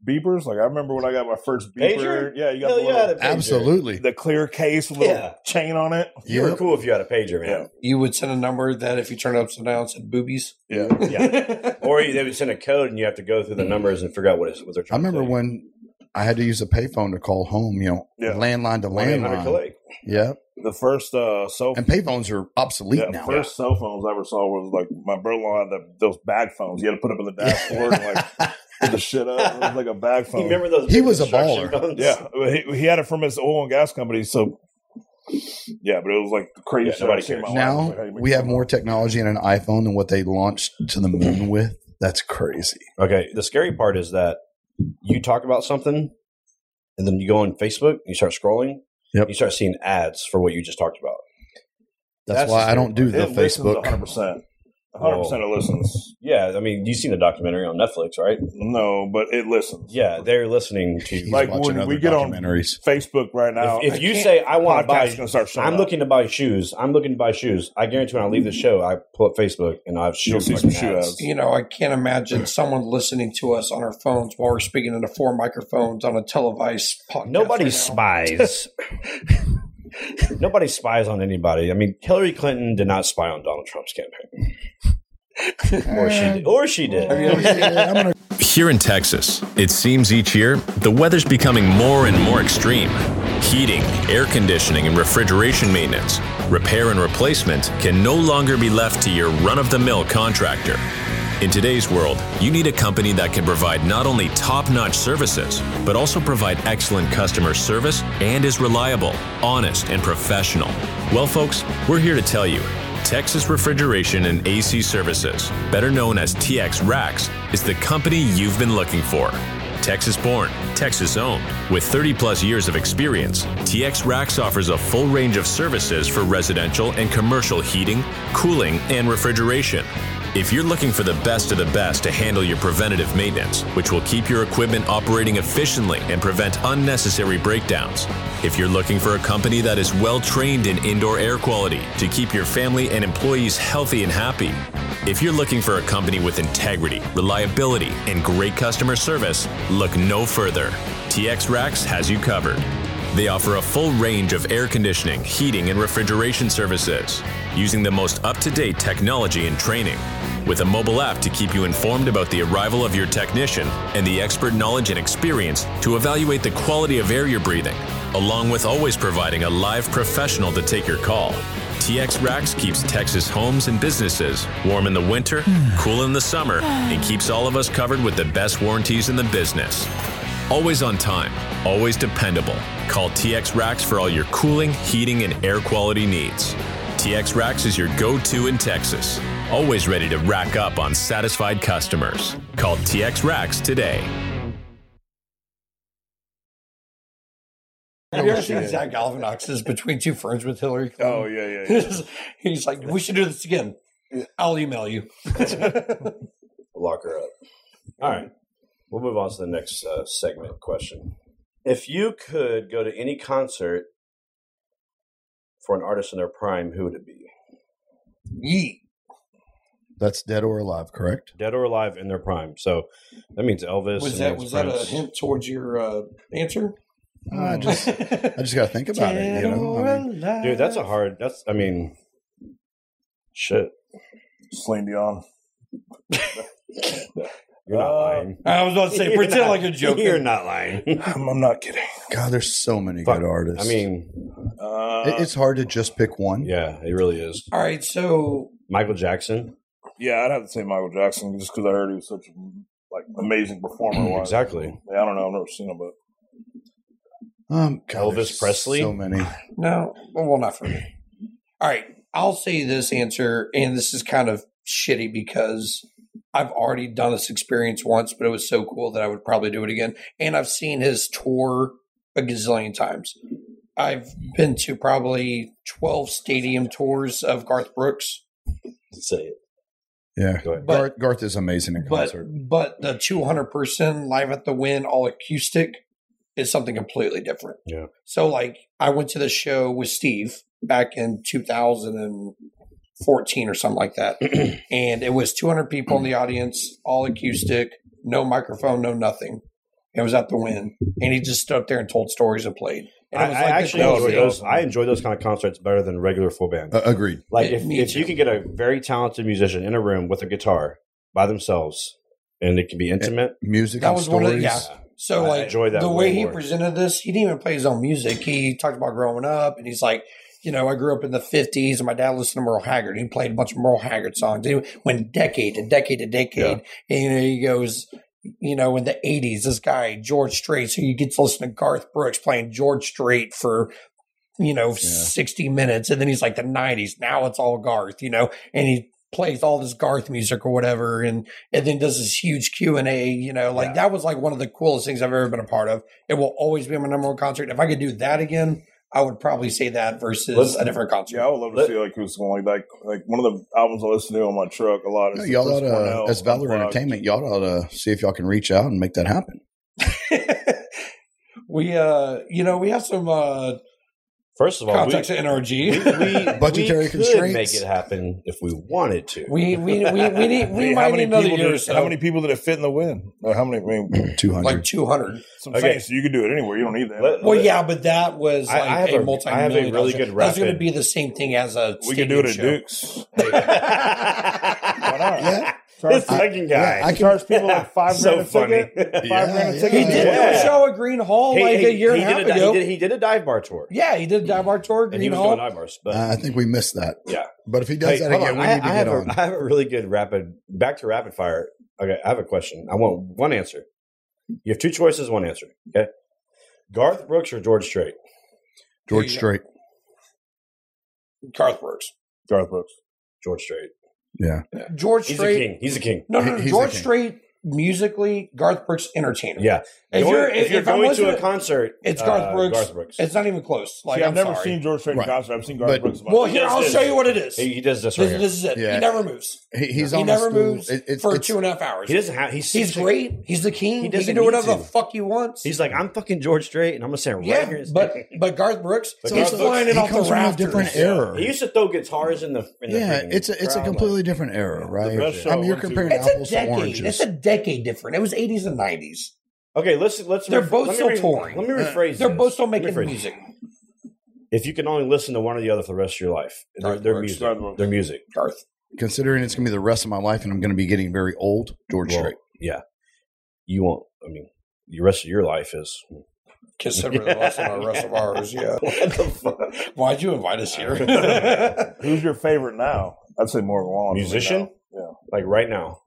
S4: beepers? Like I remember when I got my first beeper.
S2: Pager?
S4: Yeah, you got
S2: Hell
S4: the,
S2: yeah,
S4: little-
S2: I had a pager.
S5: Absolutely.
S4: the clear case with a little
S2: Yeah.
S4: chain on it.
S2: You were
S5: Yep.
S2: cool if you had a pager, man.
S3: You would send a number that if you turn it upside down, it said boobies.
S4: Yeah.
S2: Yeah. or you- they would send a code, and you have to go through the numbers and figure out what is what they're
S5: I
S2: trying.
S5: remember
S2: to
S5: when I had to use a payphone to call home. You know,
S4: Yeah.
S5: landline to
S2: one eight hundred
S5: landline.
S2: collect.
S5: Yeah,
S4: The first uh, cell
S5: and payphones are obsolete
S4: yeah,
S5: now.
S4: first cell phones I ever saw was like my brother-in-law had the, those bag phones. You had to put up in the dashboard and like put the shit up. It was like a bag
S2: You
S4: phone.
S2: remember those?
S5: [laughs] He
S2: big
S5: was a
S2: construction
S5: baller.
S2: phones?
S4: Yeah, he, he had it from his oil and gas company. So yeah, but it was like the
S2: Yeah,
S4: craziest. shit
S2: nobody
S4: I've seen in my
S2: cares.
S4: life.
S5: now
S4: Like, how you make
S5: we have
S4: fun
S5: more
S4: of
S5: technology in an iPhone than what they launched to the moon with. That's crazy.
S2: Okay. The scary part is that you talk about something, and then you go on Facebook, you start scrolling,
S5: Yep.
S2: you start seeing ads for what you just talked about.
S5: That's,
S2: That's
S5: why I
S2: scary
S5: don't do
S4: it.
S5: the
S4: It listens
S5: Facebook.
S4: 100%. 100% it listens.
S2: Yeah, I mean, you've seen the documentary on Netflix, right?
S4: No, but it listens.
S2: Yeah, they're listening to
S5: He's
S2: like
S4: Like,
S5: watching
S4: when
S5: other
S4: we get on-
S5: documentaries.
S4: Facebook right now.
S2: if,
S4: I
S2: if you
S4: can't-
S2: say I want to
S4: podcasts
S2: buy
S4: gonna start showing
S2: I'm
S4: up.
S2: looking to buy shoes. I'm looking to buy shoes. I guarantee when I leave the show, I pull up Facebook and I have shoe
S4: You'll see
S2: fucking
S4: some shoe
S2: ads.
S3: [laughs]
S4: ads.
S3: you know, I can't imagine someone listening to us on our phones while we're speaking into four microphones on a televised podcast.
S2: Nobody
S3: right now.
S2: spies. Nobody spies on anybody. I mean, Hillary Clinton did not spy on Donald Trump's campaign, or she did. Or she
S3: Have you
S2: did.
S3: ever seen
S5: Yeah, I'm gonna
S1: Here in Texas, it seems each year the weather's becoming more and more extreme. Heating, air conditioning, and refrigeration maintenance, repair and replacement can no longer be left to your run of the mill contractor. In today's world, you need a company that can provide not only top notch services, but also provide excellent customer service and is reliable, honest, and professional. Well, folks, we're here to tell you. Texas Refrigeration and AC Services, better known as TX Racks, is the company you've been looking for. Texas born, Texas owned, with 30 plus years of experience, TX Racks offers a full range of services for residential and commercial heating, cooling, and refrigeration. If you're looking for the best of the best to handle your preventative maintenance, which will keep your equipment operating efficiently and prevent unnecessary breakdowns, if you're looking for a company that is well trained in indoor air quality to keep your family and employees healthy and happy, if you're looking for a company with integrity, reliability, and great customer service, look no further. TX Racks has you covered. They offer a full range of air conditioning, heating, and refrigeration services using the most up to date technology and training. With a mobile app to keep you informed about the arrival of your technician and the expert knowledge and experience to evaluate the quality of air you're breathing, along with always providing a live professional to take your call. TX Racks keeps Texas homes and businesses warm in the winter, cool in the summer, and keeps all of us covered with the best warranties in the business. Always on time, always dependable. Call TX Racks for all your cooling, heating, and air quality needs. TX Racks is your go to in Texas. Always ready to rack up on satisfied customers. Call TX Racks today.
S3: Have you ever seen Zach Galifianakis between two ferns with Hillary? Clinton?
S4: Oh yeah, yeah,
S2: [laughs]
S4: yeah.
S3: [laughs] He's like, we should do this again. I'll email
S2: [laughs]
S3: you.
S2: Lock her up. All right, we'll move on to the next uh, segment question. If you could go to any concert for an artist in their prime, who would it be?
S3: Yeet.
S5: That's dead or alive, correct?
S2: Dead or alive in their prime. So that means Elvis.
S3: Was
S2: it
S3: that
S2: means
S3: was that a
S2: Prince.
S3: hint towards your uh,
S5: [laughs]
S3: answer?
S5: I just, I just got to think about it. You know, I
S3: [laughs]
S5: mean,
S2: Dude, that's a hard. That's I mean, shit.
S4: Celine Dion.
S2: You're not
S4: Uh,
S2: lying.
S3: I was about to say,
S2: [laughs]
S5: [laughs]
S2: You're
S3: pretend
S2: not-
S3: like you're joking.
S2: You're not lying.
S3: [laughs]
S4: I'm, I'm not kidding.
S5: God, there's so many
S2: Fuck.
S5: good
S2: I
S5: artists.
S2: mean,
S4: Uh,
S5: It- it's hard to just pick one.
S2: yeah, it really is.
S3: All right, so
S2: Michael Jackson.
S4: yeah, I'd have to say Michael Jackson just because I heard he was such a like amazing performer.
S2: Exactly.
S4: Yeah, I don't know. I've never seen him, but
S5: Um, God,
S2: Elvis
S5: there's
S2: Presley?
S5: So many.
S3: no, well, not for me. All right, I'll say this answer, and this is kind of shitty because I've already done this experience once, but it was so cool that I would probably do it again. And I've seen his tour a gazillion times. I've been to probably twelve stadium tours of Garth Brooks.
S2: Say it.
S5: Yeah.
S2: Go ahead.
S3: But-
S5: Garth, Garth is amazing in
S3: but
S5: concert.
S3: but the 200 person live at the win all acoustic is something completely different
S2: Yeah.
S3: so like i went to the show with steve back in 2014 or something like
S2: [clears throat]
S3: that and it was 200 people in the audience all acoustic no microphone no nothing it was at the win and he just stood up there and told stories and played and
S2: I, I
S3: the
S2: actually
S3: coolest
S2: enjoy
S3: thing.
S2: those. I enjoy those kind of concerts better than regular full band.
S5: Uh, agreed.
S2: Like
S3: it-
S2: if,
S3: me
S2: if you
S3: too.
S2: can get a very talented musician in a room with a guitar by themselves, and it can be intimate.
S5: Music
S3: That
S5: and
S3: was
S5: stories.
S3: one of the- yeah. So
S2: I
S3: like
S2: enjoy that
S3: the
S2: way
S3: way, he
S2: more.
S3: presented this, he didn't even play his own music. He talked about growing up, and he's like, you know, I grew up in the fifties, and my dad listened to Merle Haggard. He played a bunch of Merle Haggard songs. He went decade to decade to decade, and you know, he goes, you know, in the eighties, this guy George Strait. So you get to listen to Garth Brooks playing George Strait for. You know, 60 minutes. And then he's like the 90s. Now it's all Garth, you know, and he plays all this Garth music or whatever. And and then does this huge Q and A. You know, like
S2: Yeah.
S3: that was like one of the coolest things I've ever been a part of. It will always be my number one concert. If I could do that again, I would probably say that versus
S2: Let's-
S3: a different concert.
S4: yeah, I would love to
S2: Let-
S4: see like who's going like like one of the albums I listen to on my truck a lot. Is
S5: No,
S4: the
S5: y'all
S4: Chris
S5: ought to,
S4: Cornell
S5: as Valor
S4: Unplugged.
S5: Entertainment, y'all ought to see if y'all can reach out and make that happen.
S3: [laughs]
S5: [clears throat]
S3: we uh, you know, we have some uh
S2: First of all, we,
S3: contacts at NRG.
S2: we,
S5: [laughs] Budgetary
S2: we could
S5: constraints.
S2: make it happen if we wanted to.
S3: [laughs] We we we we
S2: [laughs]
S3: need we
S4: Hey,
S3: might need another
S4: people
S3: year or
S4: did,
S3: so.
S4: How many people did it fit in the wind? Or how many? I
S5: [laughs]
S4: mean,
S5: Two hundred.
S3: like two hundred.
S4: some
S2: Okay.
S4: things you could do it anywhere. You don't need that.
S2: Let-
S3: Well, yeah, but that was
S2: I-
S3: like
S2: I have a- I
S3: a multi.
S2: have a really good
S3: That's going to
S2: rapid-
S3: be the same thing as a.
S4: we could do it at
S3: stadium show.
S4: Duke's.
S2: not?
S5: Yeah.
S2: This fucking guy.
S5: Yeah, I can.
S3: [laughs]
S4: Charge people like five
S2: so
S4: grand a
S2: funny.
S4: ticket.
S2: [laughs]
S5: Yeah,
S4: Five grand a
S5: yeah.
S4: ticket.
S3: He did do
S2: Yeah.
S3: a show at Green Hall
S2: He-
S3: like
S2: he-
S3: a year
S2: he
S3: and a half
S2: did di-
S3: ago.
S2: He did, he did a dive bar tour.
S3: Yeah, he did a dive bar tour.
S2: And
S3: Green
S2: he was
S3: Hall.
S2: doing dive bars. But
S5: I think we missed that.
S2: Yeah.
S5: But if Uh, he does
S2: Hey,
S5: that
S2: hold
S5: again,
S2: on.
S5: we
S2: I,
S5: need to
S2: I
S5: get
S2: have
S5: on.
S2: A, I have a really good rapid back to rapid fire. Okay, I have a question. I want one answer. You have two choices, one answer. Okay, Garth Brooks or George Strait?
S5: George Strait.
S3: Garth Brooks.
S2: Garth Brooks, George Strait.
S5: Yeah.
S3: George
S2: He's a
S3: Strait.
S2: king. He's a king.
S3: No, no,
S5: He-
S3: no.
S5: he's
S3: George
S5: the king.
S3: Strait musically, Garth Brooks entertainer.
S2: Yeah.
S3: If
S2: Going-
S3: you're- if-
S2: you're
S3: if I'm
S2: going to
S3: listening-
S2: a concert,
S3: It's
S2: uh,
S3: Garth Brooks.
S2: Garth Brooks.
S3: It's not even close. Like
S4: See, I've
S3: I'm
S4: never
S3: sorry.
S4: seen George Strait in
S5: Right.
S4: concert. I've seen Garth
S5: But-
S4: Brooks. in my-
S3: Well, here
S2: Yes,
S3: I'll
S2: this-
S3: show you what it is.
S2: he,
S3: This,
S2: he does this right here.
S3: this is it.
S5: Yeah.
S3: He never moves.
S5: He, he's
S3: He
S5: on a
S3: never
S5: stool.
S3: moves
S5: It- it's-
S3: for
S5: it's-
S3: two and a half hours.
S2: He doesn't have. He's
S3: he's
S2: such a-
S3: great. He's the king. He,
S2: doesn't
S3: can do
S2: need
S3: whatever
S2: to.
S3: the fuck he wants.
S2: He's like I'm fucking George Strait, and I'm gonna stand right
S3: yeah,
S2: here.
S3: but but Garth Brooks,
S2: But
S3: he's
S2: Garth Brooks,
S3: flying in
S5: he
S3: off the
S5: comes from a
S3: rafters.
S5: different era.
S2: [laughs] he used to throw guitars in the. In the
S5: Yeah,
S2: freaking
S5: it's a it's a
S2: crowd, like-
S5: completely different era, right?
S4: best show
S5: I mean,
S4: I
S5: you're
S4: went to-
S5: comparing apples
S3: It's a
S5: to
S3: decade.
S5: oranges.
S3: It's a decade different. It was 80s and 90s.
S2: Okay, let's let's.
S3: They're both
S2: let me
S3: still
S2: re-
S3: touring.
S2: Let me
S5: Uh,
S2: rephrase.
S3: They're
S2: this.
S3: both still
S2: Let me
S3: making
S2: rephrase
S3: music.
S2: If you can only listen to one or the other for the rest of your life, they're,
S3: Garth
S2: they're
S3: Brooks.
S2: music.
S4: Garth Brooks.
S2: They're music.
S3: Garth.
S5: Considering it's going to be the rest of my life, and I'm going to be getting very old, George
S2: Well,
S5: Strait.
S2: yeah, you won't. I mean, the rest of your life is. [laughs]
S3: Consider [laughs] the rest of our rest of ours. Yeah.
S2: What the fuck?
S3: Why'd you invite us
S2: [laughs]
S3: here? [laughs]
S4: [laughs] Who's your favorite now? I'd say Morgan Wallen. for me
S2: Musician?
S4: now.
S2: Like right now,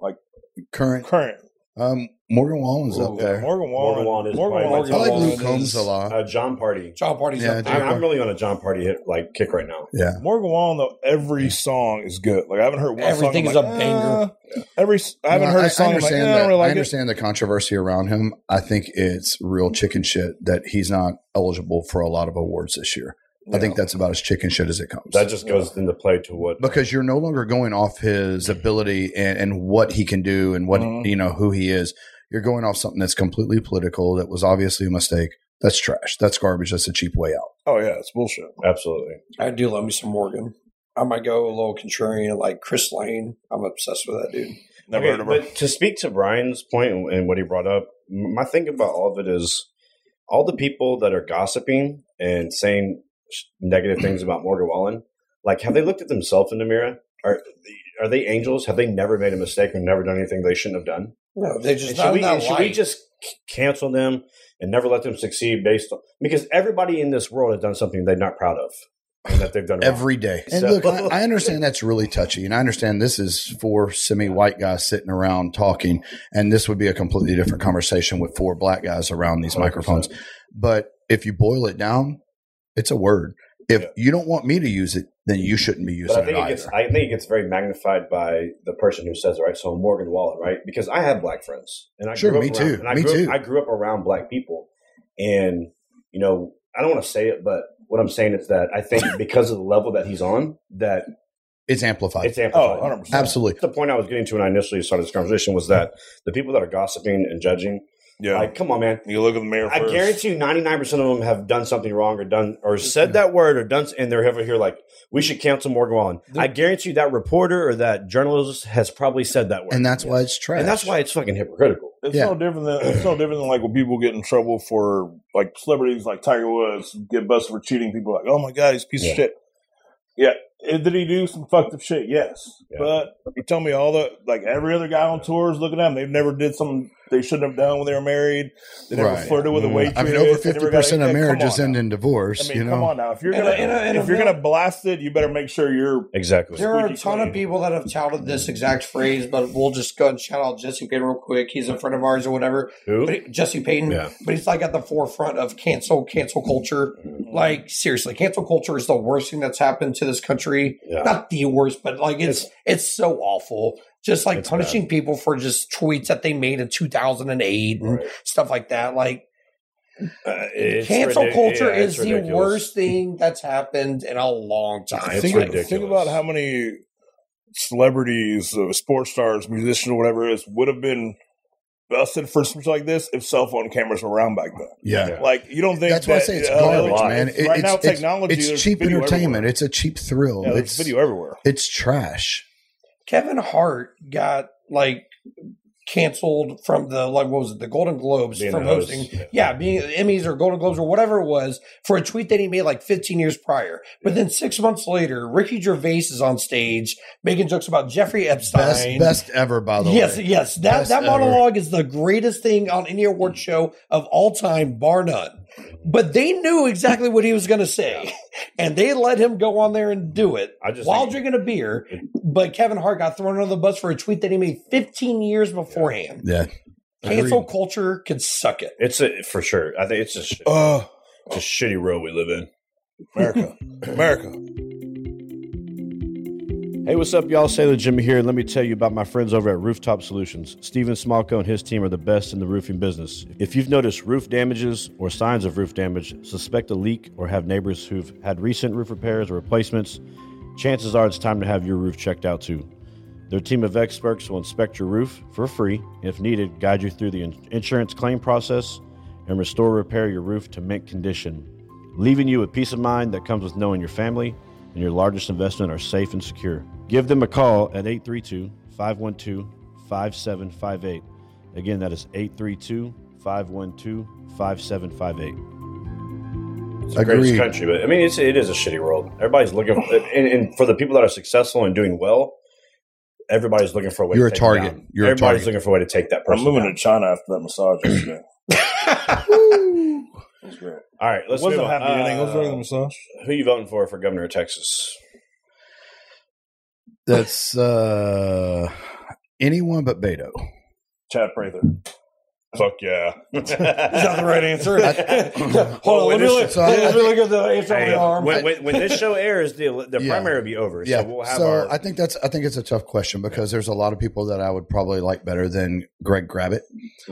S5: Current
S4: Yeah. Current.
S5: um, Morgan Wallen's
S2: Ooh,
S5: up there.
S4: Morgan Wallen.
S2: Morgan Wallen is
S4: Morgan
S2: probably
S5: I
S4: Wallen.
S2: my
S5: like
S3: Wallen
S5: Luke Combs
S3: is-
S5: a lot.
S2: uh, John Party.
S3: John Party's
S5: Yeah,
S3: up
S5: John
S2: I'm,
S3: there.
S2: I'm really on a John Party hit like kick right now.
S5: yeah,
S4: Morgan Wallen though every song is good. Like I haven't heard one
S3: Everything
S4: song,
S3: is
S4: I'm
S3: a
S4: like,
S3: banger.
S4: "Eh." every s- I haven't
S5: No,
S4: heard a song.
S5: I
S4: I, am like,
S5: understand,
S4: "Eh, I
S5: that-
S4: don't really
S5: I
S4: like it.
S5: understand the controversy around him. I think it's real chicken shit that he's not eligible for a lot of awards this year. I think that's about as chicken shit as it comes.
S2: That just goes into play to what
S5: because you're no longer going off his ability and, and what he can do and what
S4: Mhm.
S5: you know who he is. You're going off something that's completely political. That was obviously a mistake. That's trash. That's garbage. That's a cheap way out.
S4: Oh yeah, it's bullshit.
S2: absolutely.
S3: I do love me some Morgan. I might go a little contrarian, like Chris Lane. I'm obsessed with that dude.
S4: Never
S2: Okay,
S4: heard of her.
S2: but to speak to Brian's point and what he brought up, m- my thing about all of it is all the people that are gossiping and saying sh- negative things about Morgan Wallen. Like, have they looked at themselves in the mirror? Are are they angels? Have they never made a mistake or never done anything they shouldn't have done?
S3: No, they just
S2: And
S3: not
S2: should, we,
S3: in that
S2: and should we
S3: light.
S2: just c- cancel them and never let them succeed based on because everybody in this world has done something they're not proud of and that they've done wrong.
S5: every day. And
S2: So-
S5: look, I, I understand that's really touchy, and I understand this is for semi-white guys sitting around talking, and this would be a completely different conversation with four black guys around these microphones. But if you boil it down, it's a word. If
S2: Yeah.
S5: you don't want me to use it, then you shouldn't be using
S2: But I
S5: it
S2: think it
S5: either.
S2: gets I think it gets very magnified by the person who says it, right? So Morgan Wallen, right? Because I have black friends, and I
S5: Sure,
S2: grew up
S5: me
S2: around,
S5: too,
S2: And I
S5: me
S2: grew
S5: too.
S2: Up, I grew up around black people, and you know I don't want to say it, but what I'm saying is that I
S5: [laughs]
S2: think because of the level that he's on, that
S5: it's amplified.
S2: it's amplified.
S4: Oh, 100%.
S5: Absolutely.
S2: the point I was getting to when I initially started this conversation was that the people that are gossiping and judging,
S4: Yeah.
S2: like, come on, man.
S4: you look at the mirror
S2: I
S4: first.
S2: guarantee you, ninety nine percent of them have done something wrong or done or said that word or done, and they're over here like we should cancel Morgan Wallen. I guarantee you that reporter or that journalist has probably said that word,
S5: And that's why it's trash.
S2: and that's why it's fucking hypocritical.
S4: It's
S5: Yeah.
S4: no different than it's no different than like when people get in trouble for like celebrities like Tiger Woods get busted for cheating. People are like, oh my god, he's a piece
S2: Yeah.
S4: of shit. Yeah, Eh, did he do some fucked up shit? Yes,
S2: Yeah.
S4: but you tell me all the like every other guy on tour is looking at him. They've never did something they shouldn't have done when they were married. They never
S5: Right.
S4: flirted with a
S2: Mhm.
S4: waitress.
S5: I mean, over
S4: They
S5: fifty
S4: never got
S5: percent of
S4: anything. Come
S5: marriages
S4: on
S5: end
S4: now.
S5: in divorce.
S4: I mean,
S5: you know,
S4: come on now. If you're
S3: In a-
S4: gonna
S3: in a- in a
S4: if you're
S3: vil-
S4: gonna blast it, you better make sure you're
S2: Exactly.
S3: There are a
S4: squeaky
S3: ton
S4: clean.
S3: of people that have touted this exact phrase, but we'll just go and shout out Jesse Payton real quick. He's a friend of ours or whatever.
S2: Who?
S3: But he- Jesse Payton,
S2: Yeah.
S3: but he's like at the forefront of cancel cancel culture.
S2: Mm-hmm.
S3: Like seriously, cancel culture is the worst thing that's happened to this country.
S2: Yeah.
S3: Not the worst, but like it's it's, so awful. Just like
S2: It's
S3: punishing people for just tweets that they made in 2008 and
S2: Right.
S3: stuff like that. Like
S2: Uh, it's
S3: cancel
S2: ridic-
S3: culture
S2: yeah,
S3: is
S2: it's
S3: the
S2: ridiculous.
S3: worst thing that's happened in a long time.
S2: It's
S4: think,
S2: ridiculous.
S4: think about how many celebrities, uh, sports stars, musicians, or whatever it is, would have been busted for something like this if cell phone cameras were around back then.
S5: yeah.
S2: Yeah.
S4: Like you don't think
S5: That's why I
S4: that-
S5: say it's
S4: uh,
S5: garbage,
S4: it's-
S5: man. It-
S4: right
S5: it's,
S4: now,
S5: it's-
S4: technology
S5: It's,
S4: there's
S5: cheap
S4: video
S5: entertainment.
S4: everywhere.
S5: It's a cheap thrill.
S4: Yeah, there's
S5: it's
S4: video everywhere.
S5: it's trash.
S3: Kevin Hart got like canceled from the like what was it the Golden Globes
S2: Being
S3: from
S2: the host,
S3: hosting yeah.
S2: yeah.
S3: being Emmys or Golden Globes or whatever it was for a tweet that he made like 15 years prior but then six months later Ricky Gervais is on stage making jokes about Jeffrey
S5: Best
S3: Epstein
S5: best ever, by the
S3: yes
S5: way.
S3: yes that,
S5: Best
S3: that
S5: ever. Mm.
S3: monologue is the greatest thing on any award show of all time bar none but they knew exactly what he was going to say [laughs] and they let him go on there and do it
S2: I just
S3: while
S2: think-
S3: drinking a beer. But Kevin Hart got thrown under the bus for a tweet that he made 15 years beforehand.
S5: Yeah.
S3: Cancel
S5: Agreed.
S3: culture can suck it.
S2: It's a, for sure. I think it's a,
S4: Oh.
S2: sh-
S5: Uh,
S2: it's a shitty world we live in.
S5: [clears throat]
S4: America, America.
S2: Hey, what's up, y'all? Sailor Jimmy here, and let me tell you about my friends over at Rooftop Solutions. Steven Smalko and his team are the best in the roofing business. If you've noticed roof damages or signs of roof damage, suspect a leak, or have neighbors who've had recent roof repairs or replacements, chances are it's time to have your roof checked out too. Their team of experts will inspect your roof for free, and if needed, guide you through the in- insurance claim process and restore or repair your roof to mint condition, leaving you with peace of mind that comes with knowing your family and your largest investment are safe and secure. Give them a call at 832 512 5758. Again, that is 832 512 5758. It's the greatest
S5: Agreed.
S2: country, but I mean, it's, it is a shitty world. Everybody's looking, for, and, and for the people that are successful and doing well, everybody's looking for a way.
S5: You're
S2: to
S5: a
S2: take them
S5: target.
S2: down.
S5: You're a
S2: everybody's
S5: target.
S2: looking for a way to take that
S4: I'm
S2: person.
S4: moving
S2: down.
S4: to China after that massage
S5: [clears throat]
S4: yesterday. That's great.
S2: All right, let's
S4: wasn't
S2: move
S4: a
S2: on.
S4: happy ending. I was
S2: Uh,
S4: during the massage.
S2: Who you voting for for governor of [laughs] Texas?
S5: That's uh anyone but Beto.
S4: Chad Prather.
S2: Fuck yeah!
S4: [laughs]
S2: Is
S3: Is that the right answer?
S2: [laughs]
S5: Well,
S3: Hold on, let me
S5: this-
S3: look.
S5: so I-
S3: let me look at the answer on
S2: Hey,
S3: the arm.
S2: when, when, when this show airs, the the
S5: Yeah.
S2: primary will be over.
S5: Yeah.
S2: So we'll have
S5: so
S2: our. [laughs]
S5: I think that's I think it's a tough question because there's a lot of people that I would probably like better than Greg Grabbit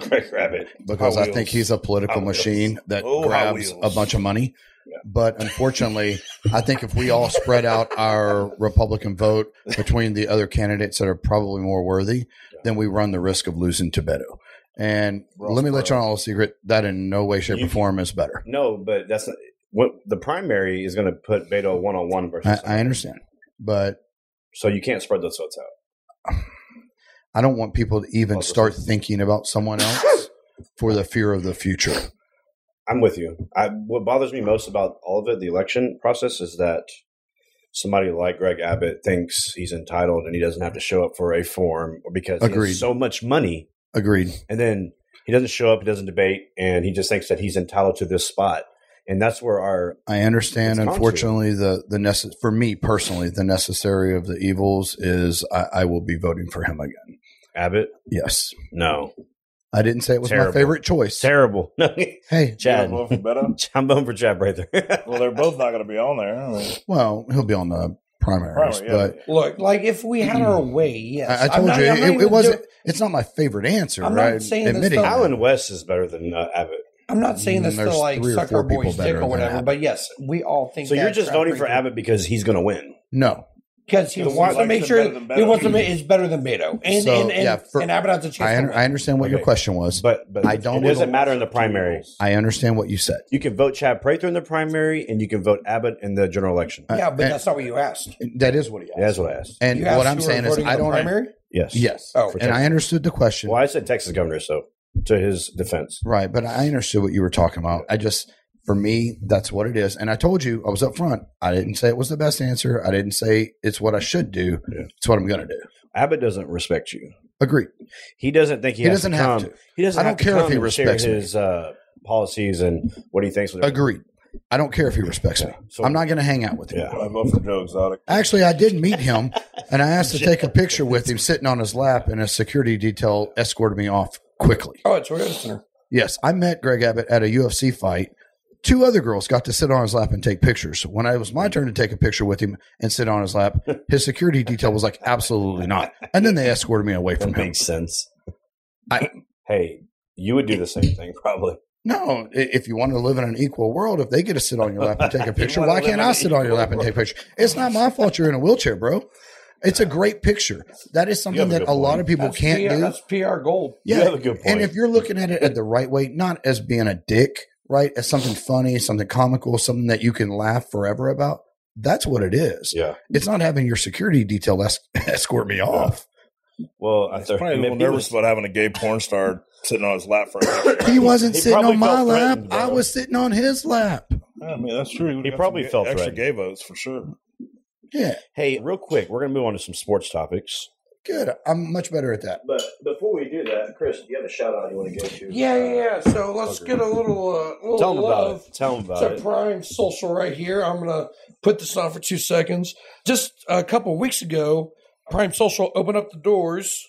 S2: Greg Rabbit.
S5: because
S4: Hot
S5: I think
S4: Wheels.
S5: he's a political
S4: Hot Wheels.
S5: machine that
S4: Oh, Hot
S5: grabs a
S4: Wheels.
S5: bunch of money.
S2: Yeah.
S5: But unfortunately, I think if we all spread out our Republican vote between the other candidates that are probably more worthy, then we run the risk of losing to Beto. And
S4: Ross
S5: let me let you
S4: Perot.
S5: all know a secret that in no way, shape,
S2: You-
S5: or form is better.
S2: No, but that's not, what the primary is going to put Beto one on one versus.
S5: I, I understand, but
S2: so you can't spread those votes out.
S5: I don't want people to even start thinking about someone else for the fear of the future.
S2: I'm with you. I, what bothers me most about all of it, the election process, is that somebody like Greg Abbott thinks he's entitled and he doesn't have to show up for a form because he
S5: Agreed.
S2: has so much money
S5: Agreed.
S2: and then he doesn't show up, he doesn't debate, and he just thinks that he's entitled to this spot. And that's where our
S5: I understand.
S2: It's contrary.
S5: Unfortunately, the the necess- for me personally, the necessary of the evils is I, I will be voting for him again.
S2: Abbott,
S5: Yes,
S2: no,
S5: I didn't say it was
S2: Terrible.
S5: my favorite choice.
S2: terrible. [laughs] No,
S5: hey,
S2: Chad,
S4: Both better.
S2: I'm voting for Chad right there.
S4: Well, they're both not going to be on there. I mean,
S5: well, he'll be on the primaries,
S4: Primary, yeah.
S5: but
S3: Look, like if we had
S5: [clears throat]
S3: our way, yes.
S5: I,
S3: I'm
S5: I told
S3: not-
S5: you
S3: I'm not
S5: it,
S3: even
S5: it wasn't.
S3: do-
S5: it's not my favorite answer.
S3: I'm not
S5: right?
S3: saying this
S5: Admitting
S3: though.
S5: that.
S2: [laughs] Alan West is better than uh, Abbott.
S3: I'm not saying this to
S5: There's
S3: like
S5: three or
S3: suck
S5: four
S3: our boys'
S5: people
S3: dick
S5: better
S3: or
S5: than
S3: whatever,
S5: Abbott.
S3: but yes, we all think.
S2: So you're
S3: that's
S2: just voting for
S3: outrageous.
S2: Abbott because he's going to win.
S5: no.
S3: because he
S4: Because he
S3: wants to
S4: likes
S3: make
S4: him
S3: sure
S4: better than
S3: he
S4: Beto.
S3: wants to make it's better than Beto, and
S5: So,
S3: and and,
S5: yeah, for-
S3: and Abbott has a chance.
S5: I,
S3: to
S5: un-
S3: win.
S5: I understand what your
S2: Okay.
S5: question was.
S2: But but
S5: I don't-
S2: It doesn't matter in the primary.
S5: I understand what you said.
S2: You can vote Chad Prather in the primary, and you can vote Abbott in the general election.
S3: yeah, but
S5: and-
S3: that's not what you asked.
S5: That is what he asked.
S2: Yeah, That's what I asked.
S5: Uh, And
S3: You
S5: what
S3: asked
S5: I'm
S3: who
S5: saying
S3: were
S5: is,
S3: voting in
S5: I
S3: the
S5: don't.
S3: primary.
S2: Yes.
S5: Yes.
S3: Oh.
S5: and I understood the question.
S2: Well, I said Texas governor, so to his defense.
S5: Right, but I understood what you were talking about. I just, for me, that's what it is. And I told you, I was up front. I didn't say it was the best answer. I didn't say it's what I should do.
S2: Yeah.
S5: It's what I'm going to do.
S2: Abbott doesn't respect you.
S5: Agreed.
S2: He doesn't think he,
S5: He
S2: has
S5: doesn't
S2: to
S5: have
S2: come.
S5: to.
S2: He doesn't.
S5: I
S2: have
S5: don't
S2: to
S5: care if
S2: come
S5: he
S2: and
S5: respects
S2: share
S5: me.
S2: his uh, policies and what he thinks. with everything.
S5: Agreed. I don't care if he respects me.
S2: So-
S5: I'm not going to hang out with him.
S2: Yeah.
S4: I vote for Joe Exotic.
S5: Actually, I did
S2: [laughs]
S5: meet him, and I asked to take a picture with him sitting on his lap, and a security detail escorted me off quickly.
S3: Oh, it's Toyota Center.
S5: Yes, I met Greg Abbott at a UFC fight. Two other girls got to sit on his lap and take pictures. When it was my turn to take a picture with him and sit on his
S2: [laughs]
S5: lap, his security detail was like, absolutely not. And then they escorted me away from
S2: That [laughs]
S5: him.
S2: makes sense.
S5: I-
S2: [laughs] hey, you would do the same thing probably.
S5: No, i- if you want to live in an equal world, if they get to sit on your lap
S2: [laughs]
S5: and take a picture,
S2: wanna
S5: why
S2: live
S5: can't
S2: in
S5: I
S2: an
S5: sit on your
S2: equal
S5: lap and take a picture? It's not my fault you're in a wheelchair, bro. It's a great picture. That is something
S2: have a
S5: that
S2: good
S5: a lot
S2: point.
S5: of people
S3: That's
S5: can't
S3: PR,
S5: do.
S3: That's PR gold.
S5: Yeah,
S2: You have a good point.
S5: And if you're looking at it at the right way, not as being a dick, right? As something funny, something comical, something that you can laugh forever about, that's what it is.
S2: Yeah.
S5: It's not having your security detail es- [laughs] escort me off.
S2: Well, I
S4: He's
S2: thought
S4: probably a
S2: and if
S4: little
S2: he
S4: nervous
S2: was-
S4: about having a gay porn star sitting on his lap for a [coughs] picture.
S5: He wasn't
S7: He
S5: sitting
S7: probably
S5: on my
S7: felt
S5: lap.
S7: threatened,
S5: I
S7: though.
S5: was sitting on his lap.
S4: I mean, that's true. would've
S2: He
S4: got
S2: probably
S4: some
S2: felt
S4: ga- extra
S2: threatened.
S4: gay votes for sure.
S5: Yeah,
S2: Hey, real quick, we're gonna move on to some sports topics.
S5: good. I'm much better at that.
S2: But before we do that, Chris, do you have a shout out you want to give to?
S3: Yeah, yeah, yeah. So let's get a little, uh, little
S2: Tell them about
S3: love
S2: it. Tell them about
S3: to
S2: it.
S3: Prime Social right here. I'm gonna put this on for two seconds. Just a couple weeks ago, Prime Social opened up the doors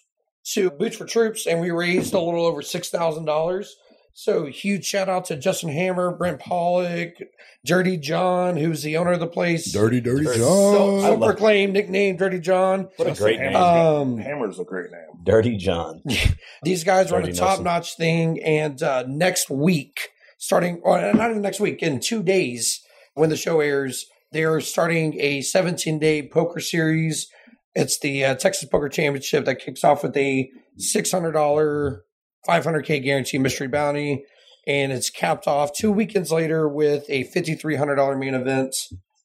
S3: to Boots for Troops, and we raised a little over six thousand dollars. So huge shout out to Justin Hammer, Brent Pollock, Dirty John, who's the owner of the place.
S5: Dirty, dirty
S2: Dirty.
S5: John.
S2: I love-
S3: Self-proclaimed nickname Dirty John.
S2: What a great name,
S3: Um,
S4: Hammer's a great name.
S2: Dirty [laughs] John.
S3: These guys run a
S2: Already know
S3: top
S2: some-
S3: notch thing, and uh, next week, starting or uh, not even next week, in two days when the show airs, they're starting a 17 day poker series. It's the uh, Texas Poker Championship that kicks off with a $600, 500K guarantee mystery bounty. And it's capped off two weekends later with a $5,300 main event.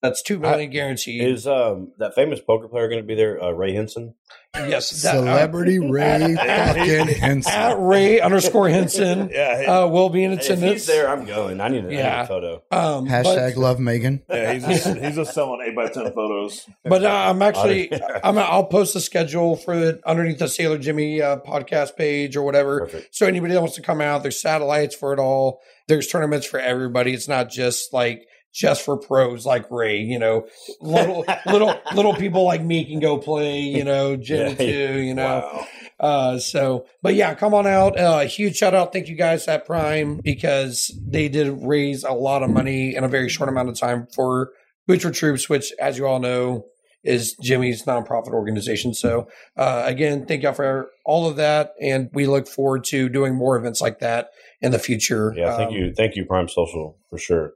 S3: That's $2 million guaranteed.
S2: Is um that famous poker player going to be there? Uh, Ray Henson.
S3: yes. That, uh, [laughs]
S5: Celebrity Ray fucking
S3: at
S5: Henson.
S3: Ray underscore Henson
S2: [laughs]
S4: Yeah, he-
S3: uh, will be in
S2: Hey, if
S3: attendance.
S2: he's there, I'm going. I need, a- I need
S3: Yeah.
S2: a photo.
S3: Um,
S5: Hashtag love Megan.
S4: yeah, [laughs] he's just, he's just selling eight by ten photos.
S3: But, but uh, I'm actually,
S2: [laughs]
S3: I'm, I'll post the schedule for the, underneath the Sailor Jimmy uh, podcast page or whatever.
S2: Perfect.
S3: So anybody that wants to come out, there's satellites for it all. There's tournaments for everybody. It's not just like just for pros like Ray. You know,
S2: [laughs]
S3: little little little people like me can go play. You know, Jimmy
S2: Yeah.
S3: too. You know, uh, so, but yeah, come on out. Uh, huge shout out. Thank you guys at Prime because they did raise a lot of money in a very short amount of time for Butcher Troops, which, as you all know, is Jimmy's nonprofit organization. So, uh, again, thank y'all for all of that. And we look forward to doing more events like that in the future.
S2: Yeah, thank
S3: Um,
S2: you, thank you, Prime Social for sure.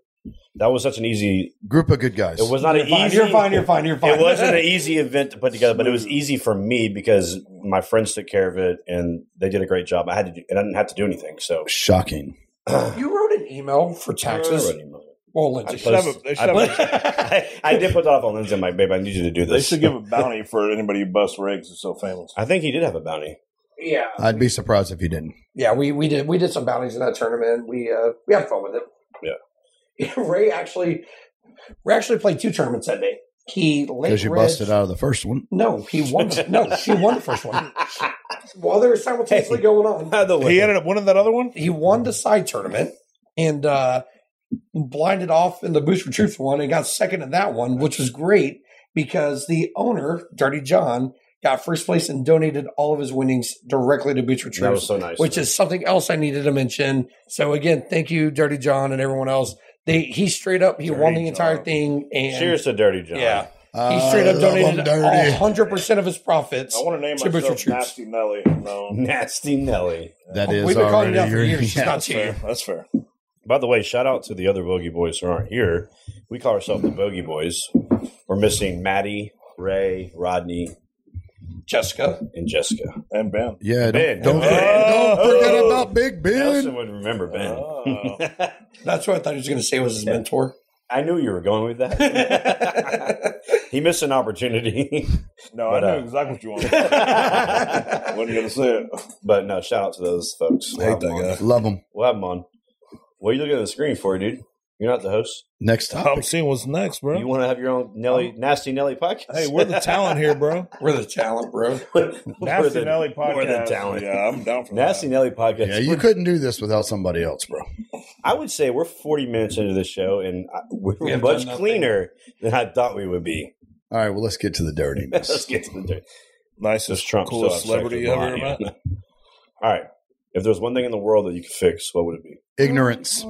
S2: That was such an easy.
S5: Group of good guys.
S2: It was not an
S3: You're fine,
S2: easy.
S3: you're fine. You're fine. You're fine.
S2: [laughs] It wasn't an easy event to put together, but it was easy for me because my friends took care of it and they did a great job. I had to, do, and I didn't have to do anything. So
S5: Shocking.
S3: [laughs] you wrote an email for taxes. Well,
S2: I,
S3: Lindsay.
S4: should have a- they should
S2: I,
S4: have
S2: [laughs] I did put that off on Lindsay. I'm like, babe, I need you to do
S4: [laughs] They
S2: this.
S4: should give a bounty for anybody who busts rigs who's so famous.
S2: [laughs] I think he did have a bounty.
S3: Yeah.
S5: I'd be surprised if you didn't.
S3: yeah, we we did we did some bounties in that tournament. We uh we had fun with it.
S2: Yeah.
S3: [laughs] Ray actually Ray actually played two tournaments that day. He late
S5: because you
S3: read-
S5: busted out of the first one.
S3: No, he won. the-
S2: [laughs]
S3: no, she won the first one. While they were simultaneously going on,
S4: He ended up winning that other one.
S3: he won the side tournament and uh, blinded off in the Booster Troops one and got second in that one, which was great because the owner, Dirty John, got first place and donated all of his winnings directly to Booster
S2: That was
S3: Troops,
S2: so nice.
S3: which is something else I needed to mention. So again, thank you, Dirty John, and everyone else. They he straight up he won
S4: Dirty
S3: the entire
S4: John.
S3: thing and
S2: cheers to Dirty John.
S3: yeah. He straight up donated hundred percent of his profits.
S4: I want to name
S3: Super
S4: myself
S3: Troops.
S4: Nasty Nelly. No,
S2: [laughs] Nasty Nelly.
S5: That is
S3: We've been calling it
S5: already
S3: out for
S5: your [laughs]
S3: years. She's
S5: yeah.
S3: not here.
S4: fair. that's fair.
S2: By the way, shout out to the other Bogey Boys who aren't here. We call ourselves the Bogey Boys. We're missing Maddie, Ray, Rodney,
S3: Jessica.
S2: and Jessica. [laughs]
S4: And Ben.
S5: Yeah,
S2: Ben.
S5: don't, don't,
S2: Ben.
S5: don't forget
S2: Oh.
S5: about Big
S2: Nelson
S5: Ben.
S2: would remember Ben.
S4: Oh.
S3: That's what I thought he was going to say was his mentor.
S2: I knew you were going with
S4: [laughs]
S2: that. he missed an opportunity. [laughs]
S4: No,
S2: But,
S4: I
S2: uh,
S4: knew exactly what you
S2: [laughs]
S4: wanted. to say.
S2: but
S4: Wasn't gonna say it.
S2: no, shout out to those folks. We'll have
S4: Hate that
S2: them on.
S4: guy.
S5: Love him.
S2: We'll have them on. What are you looking at the screen for, dude? You're not the host.
S5: Next
S4: I'm
S5: topic.
S4: seeing what's next, bro.
S2: You want to have your own Nelly, nasty Nelly podcast? [laughs]
S4: hey, we're the talent here, bro.
S3: [laughs] We're the talent, bro.
S2: We're the- We're
S4: We're
S2: the talent.
S4: Yeah, I'm down for
S2: Nasty Nelly podcast.
S5: Yeah, you couldn't do this without somebody else, bro.
S2: I would say we're 40 minutes into the show, and I- we're
S3: We have
S2: much
S3: done nothing.
S2: cleaner than I thought we would be. [laughs]
S5: All right, well, let's get to the
S2: Let's
S5: dirtiness.
S2: get to the dirt.
S4: that. Nicest,
S2: Just Trump
S4: coolest
S2: still
S4: celebrity you
S2: upside
S4: ever
S2: down.
S4: met.
S2: [laughs] All right. If there's one thing in the world that you could fix, what would it be?
S5: ignorance,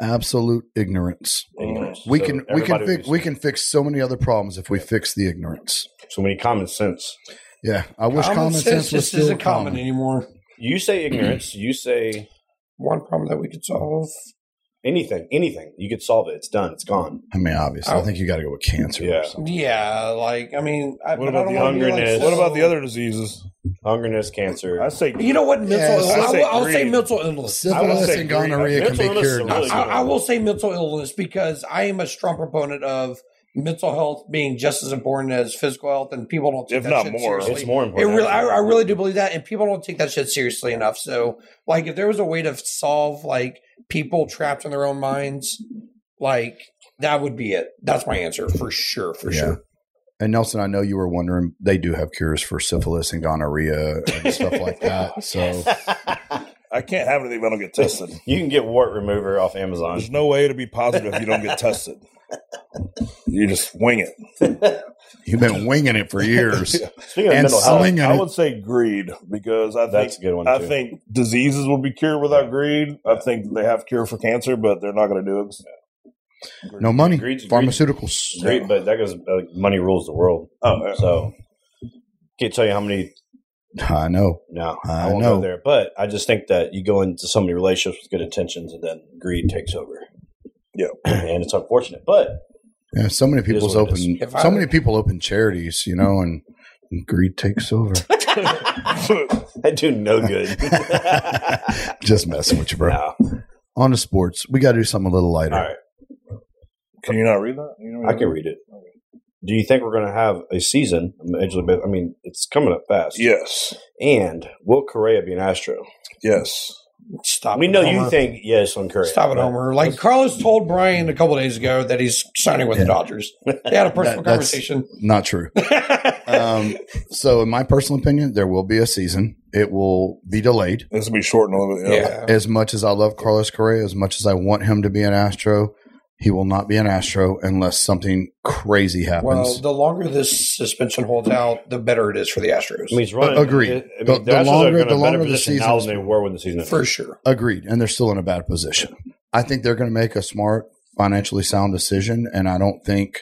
S5: absolute ignorance.
S2: Ignorance.
S5: Uh, We
S2: So
S5: can we can
S2: everybody would
S5: fix
S2: be-
S5: we can fix so many other problems if we fix the ignorance.
S2: So many common sense.
S5: Yeah, I wish common, sense, was
S3: just
S5: still
S3: isn't common,
S5: common.
S3: anymore.
S2: You say ignorance. you say
S3: One problem that we could solve.
S2: anything, anything. You could solve it. It's done. It's gone.
S5: I mean, obviously, I
S3: Oh.
S5: think you got to go with cancer.
S2: Yeah.
S5: Or something.
S3: Yeah, like I mean, I,
S4: What
S3: but I
S4: about
S3: don't
S4: the
S3: wanna be
S2: hungerness?
S3: so-
S4: What about the other diseases?
S2: Hungerness, cancer.
S4: I say
S3: You know what? Mental.
S5: Yes.
S3: illness.
S5: I
S3: I
S4: say
S3: will, I'll say
S4: greed.
S3: mental illness.
S2: I would
S5: Syphilis
S2: say
S5: and
S2: greed.
S5: gonorrhea can
S2: Mental
S5: be
S2: illness is
S5: cured.
S2: a really
S5: Not-
S3: I, I will say mental illness because I am a strong proponent of mental health being just as important as physical health, and people don't take
S4: If
S3: that
S4: not
S3: shit
S4: more.
S3: seriously.
S2: it's more
S3: It
S2: important.
S3: really, I, I really do believe that, and people don't take that shit seriously enough. So, like, if there was a way to solve like people trapped in their own minds, like that would be it. That's my answer for sure, for
S5: Yeah.
S3: sure.
S5: And Nelson, I know you were wondering. They do have cures for syphilis and gonorrhea and stuff like that. So
S4: I can't have anything if I don't
S2: [laughs]
S4: get tested.
S2: you can get wart remover off Amazon.
S4: There's no way to be positive if you don't get tested.
S2: [laughs]
S4: You just wing it.
S5: you've been winging
S2: [laughs]
S5: it for years.
S2: Speaking of
S5: And
S2: mental health,
S5: slinging
S4: I
S5: it.
S4: would say greed because I think
S2: that's a good one.
S4: I
S2: too.
S4: think diseases will be cured without greed. I think they have cure for cancer, but they're not going to do it.
S5: No money.
S2: Greed's-
S5: Pharmaceuticals.
S2: Great, but that goes like money rules the world.
S4: Oh, yeah.
S2: So can't tell you how many.
S5: [laughs] I know.
S2: No,
S5: I
S2: I, won't
S5: know.
S2: go there. But I just think that you go into so many relationships with good intentions, and then greed takes over.
S4: Yeah.
S2: [clears throat] and it's unfortunate, but
S5: Yeah, so many people's
S2: what it
S5: open.
S2: is.
S3: If
S5: So
S3: I-
S5: many people open charities, you know, and, and greed takes over.
S2: [laughs] I do no good. [laughs]
S5: Just messing with you, bro.
S2: no.
S5: On to sports. We got to do something a little lighter.
S2: All right,
S4: Can you not read that? You know
S2: I can read it. Do you think we're going to have a season? Major League Bas- I mean, it's coming up fast.
S4: Yes,
S2: And will Correa be an Astro?
S4: yes.
S3: Stop.
S2: We
S3: it,
S2: know you
S3: Homer.
S2: think yes on Correa.
S3: Stop it,
S2: but-
S3: Homer. Like Carlos told Brian a couple days ago that he's signing with the
S5: Yeah.
S3: Dodgers. They
S5: [laughs]
S3: had a personal
S5: That- that's-
S3: conversation. [laughs]
S5: Not true. um, so, in my personal opinion, there will be a season. It will be delayed.
S4: This will be shortened a little bit. Yeah.
S3: Yeah.
S5: As much as I love Carlos Correa, as much as I want him to be an Astro, he will not be an Astro unless something crazy
S3: Well,
S5: happens.
S3: the longer this suspension holds out, the better it is for the Astros.
S2: I mean, he's running.
S5: Agreed.
S2: I mean,
S5: The- the
S2: Astros are
S5: longer-
S2: in a
S5: the
S2: better
S5: longer the
S2: position now
S5: season's-
S2: than they were when the season ended.
S3: for sure.
S5: Agreed. And they're still in a bad position. I think they're going to make a smart, financially sound decision. And I don't think,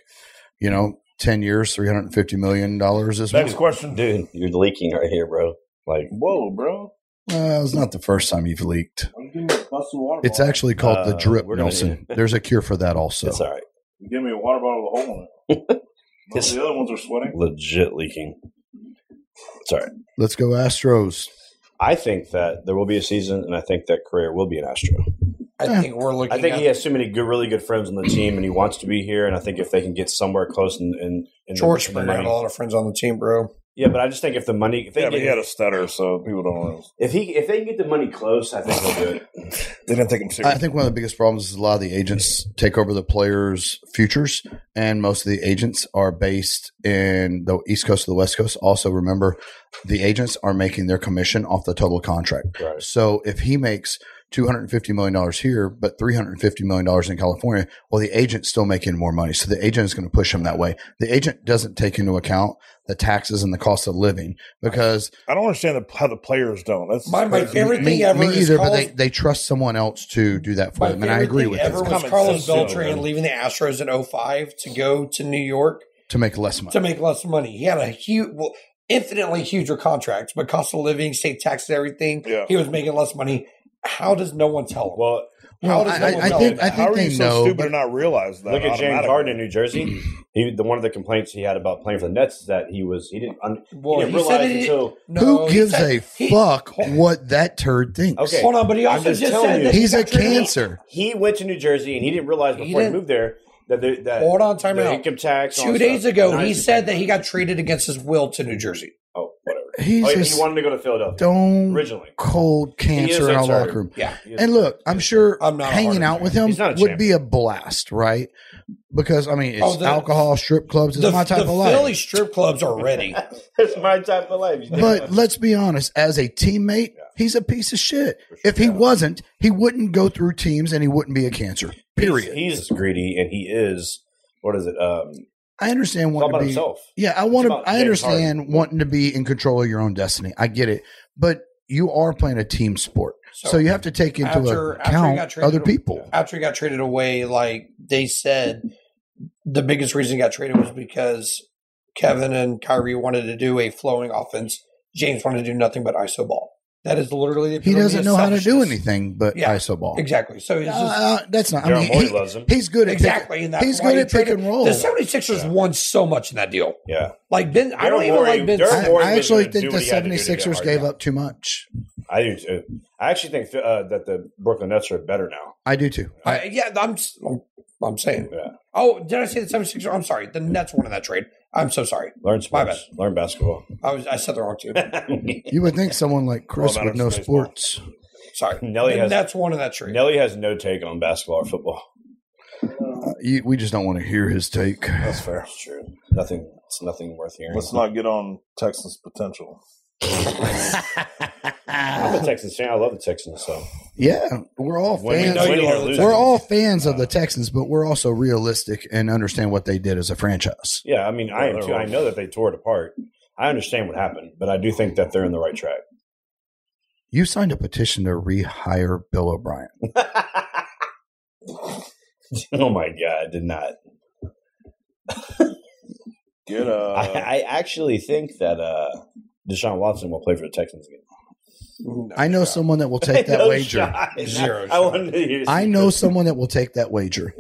S5: you know, 10 years, $350 million is
S4: Next question.
S2: dude, [laughs] you're leaking right here, bro. Like
S4: Whoa, bro.
S5: Well, it's not the first time you've leaked.
S4: Why you Give me a busted water
S5: It's
S4: bottle?
S5: actually called the
S2: Uh,
S5: drip,
S2: we're gonna
S5: Nelson. There's a cure for that also.
S2: it's all right.
S4: You Give me a water bottle with a hole in
S2: [laughs]
S4: it. Most of the other ones are sweating.
S2: Legit leaking. It's all right.
S5: Let's go Astros.
S2: I think that there will be a season, and I think that Correa will be an Astro.
S3: I think we're looking.
S2: I think
S3: at,
S2: he has too many good, really good friends on the team, and he wants to be here. And I think if they can get somewhere close and in, in, in, the-
S3: George
S2: in the
S3: Springer had
S2: money-
S3: a lot of friends on the team, bro.
S2: Yeah, but I just think if the money, if they
S4: Yeah, but
S2: get,
S4: he had a stutter, so people don't. Really,
S2: if he, if they can get the money close, I think they'll
S4: [laughs]
S2: do it.
S4: they didn't take him
S5: I
S4: serious.
S5: think one of the biggest problems is a lot of the agents take over the players' futures, and most of the agents are based in the East Coast or the West Coast. Also, remember, the agents are making their commission off the total contract.
S2: Right.
S5: So if he makes two hundred and fifty million dollars here, but three hundred and fifty million dollars in California, well, the agent's still making more money. So the agent is going to push him that way. The agent doesn't take into account the taxes and the cost of living because
S4: I don't understand the, how the players don't. That's
S3: My- my
S4: crazy.
S3: favorite- Everything
S5: me,
S3: ever
S5: me
S3: is
S5: either, but
S3: called-
S5: they, they trust someone else to do that for
S3: My
S5: them, and I agree with
S3: favorite thing ever
S5: you
S3: was
S4: Common
S3: Carlos
S4: sense,
S3: Beltran
S4: gentlemen.
S3: leaving the Astros in 05 to go to New York
S5: to make less money.
S3: to make less money. He had a huge, well, infinitely huger contract, but cost of living, state taxes, everything.
S4: Yeah.
S3: He was making less money. How does no one tell him?
S2: Well,
S3: How
S5: Well,
S3: does
S5: I,
S3: no
S5: I
S3: one tell
S5: think
S3: him?
S5: I
S4: How
S5: think
S4: are you
S5: they
S4: so
S5: know.
S4: stupid to
S5: But
S4: not realize that?
S2: look at James
S4: automatically?
S2: Harden in New
S4: [clears throat]
S2: Jersey. He, the one of the complaints he had about playing for the Nets is that he was he didn't, un,
S3: Well,
S2: he
S3: he
S2: didn't
S3: said
S2: realize
S3: it-
S2: until
S3: No,
S5: who
S3: he
S5: gives
S3: said-
S5: a
S3: he- [laughs]
S5: fuck what that turd thinks?
S2: Okay.
S3: Hold on, but he
S2: I'm
S3: also
S2: just
S3: just,
S2: telling
S3: said
S2: you.
S3: that he
S5: he's a
S3: got traded-
S5: cancer.
S2: he went to New Jersey and he didn't realize
S3: He
S2: before he,
S3: didn't-
S2: moved there that there, that
S3: Hold on, time
S2: the
S3: out.
S2: income tax all
S3: Two
S2: that
S3: days
S2: stuff.
S3: ago,
S2: Nice.
S3: he said that he got traded against his will to New Jersey.
S2: Oh, whatever.
S5: He's
S2: Oh, yeah,
S5: just
S2: he wanted to go to Philadelphia
S5: stone
S2: originally.
S5: cold
S2: is
S5: cancer
S2: a
S5: in our
S2: turd.
S5: locker room.
S3: Yeah.
S2: He is-
S5: And look, I'm sure
S3: I'm not a Harden
S5: hanging out
S3: fan.
S5: with him
S2: He's not a
S5: would be a blast, right? Because I mean, it's
S3: Oh, the-
S5: alcohol, strip clubs is
S3: The,
S5: my type
S3: the
S5: of life.
S3: Philly strip clubs are ready.
S2: [laughs] that's my type of life.
S5: But let's be honest, as a teammate, he's a piece of shit. If he wasn't, he wouldn't go through teams and he wouldn't be a cancer. Period.
S2: He's, he's greedy and he is what is it? Um, it's
S5: I understand
S2: all
S5: wanting
S2: about
S5: to be.
S2: himself.
S5: Yeah, I want to.
S2: about
S5: I
S2: James
S5: understand
S2: Harden.
S5: wanting to be in control of your own destiny. I get it, but you are playing a team sport, so, you have to take into
S3: after- after he
S5: account
S3: got traded-
S5: other people.
S3: after he got traded away, like they said, the biggest reason he got traded was because Kevin and Kyrie wanted to do a flowing offense. James wanted to do nothing but iso ball. That is literally the
S5: He
S3: epitome
S5: doesn't
S3: of
S5: know how to do
S3: selfishness.
S5: anything but
S3: Yeah,
S5: iso ball.
S3: Exactly. So it's just
S5: Uh, that's not. I
S2: Daryl
S5: mean,
S2: Morey
S5: he-
S2: loves him.
S5: he's good at
S3: exactly.
S5: Pick,
S3: and that's
S5: he's
S3: why
S5: good
S3: he
S5: at pick
S3: traded-
S5: and roll.
S3: The 76ers won so much in that deal.
S2: Yeah,
S3: Like Ben, I don't
S2: Daryl
S3: even
S2: Morey-
S3: like Ben.
S2: Daryl
S5: I,
S3: Simmons.
S2: Morey
S5: I
S2: was
S5: actually
S2: gonna do
S5: think the
S2: what he had to do to get
S5: 76ers
S2: hard,
S5: gave
S2: yeah.
S5: up too much.
S2: I do too. I actually think uh, that the Brooklyn Nets are better now.
S5: I
S3: [laughs]
S5: do too.
S3: I, Uh, yeah, I'm, s- I'm. I'm saying.
S2: Yeah.
S3: Oh, did I say the 76ers? I'm sorry. The Nets won in that trade. I'm so sorry.
S2: Learn
S3: My
S2: sports. Learn basketball.
S3: I was. I said the wrong
S2: [laughs]
S3: team.
S5: You would think someone like Chris
S4: Well,
S5: would
S4: that
S5: know
S4: is baseball.
S5: sports.
S3: Sorry.
S2: Nelly
S3: The
S2: has-
S3: Nets won in that trade.
S2: Nelly has no take on basketball or football.
S5: Uh, you, we just don't want to hear his take.
S2: That's fair. That's true. Nothing. It's nothing worth hearing.
S4: Let's not get on Texas potential.
S2: I'm a Texans fan. I love the Texans. So
S5: Yeah, we're all
S2: when we
S5: fans.
S2: know
S3: you
S2: you
S3: love
S2: are
S3: the
S2: losing,
S5: We're all fans of the Texans, but we're also realistic and understand what they did as a franchise.
S2: Yeah, I mean, I am
S4: they're
S2: too. I
S4: all-
S2: know that they tore it apart. I understand what happened, but I do think that they're in the right track. [laughs]
S5: You signed a petition to rehire Bill O'Brien.
S2: oh my god, I did not.
S4: Get uh,
S2: [laughs] I, I actually think that uh, Deshaun Watson will play for the Texans again. [laughs]
S5: I know someone that will take that
S2: No
S5: wager.
S2: shot.
S3: Zero
S2: I
S3: shot.
S2: wanted to hear
S5: I know someone that will take that wager.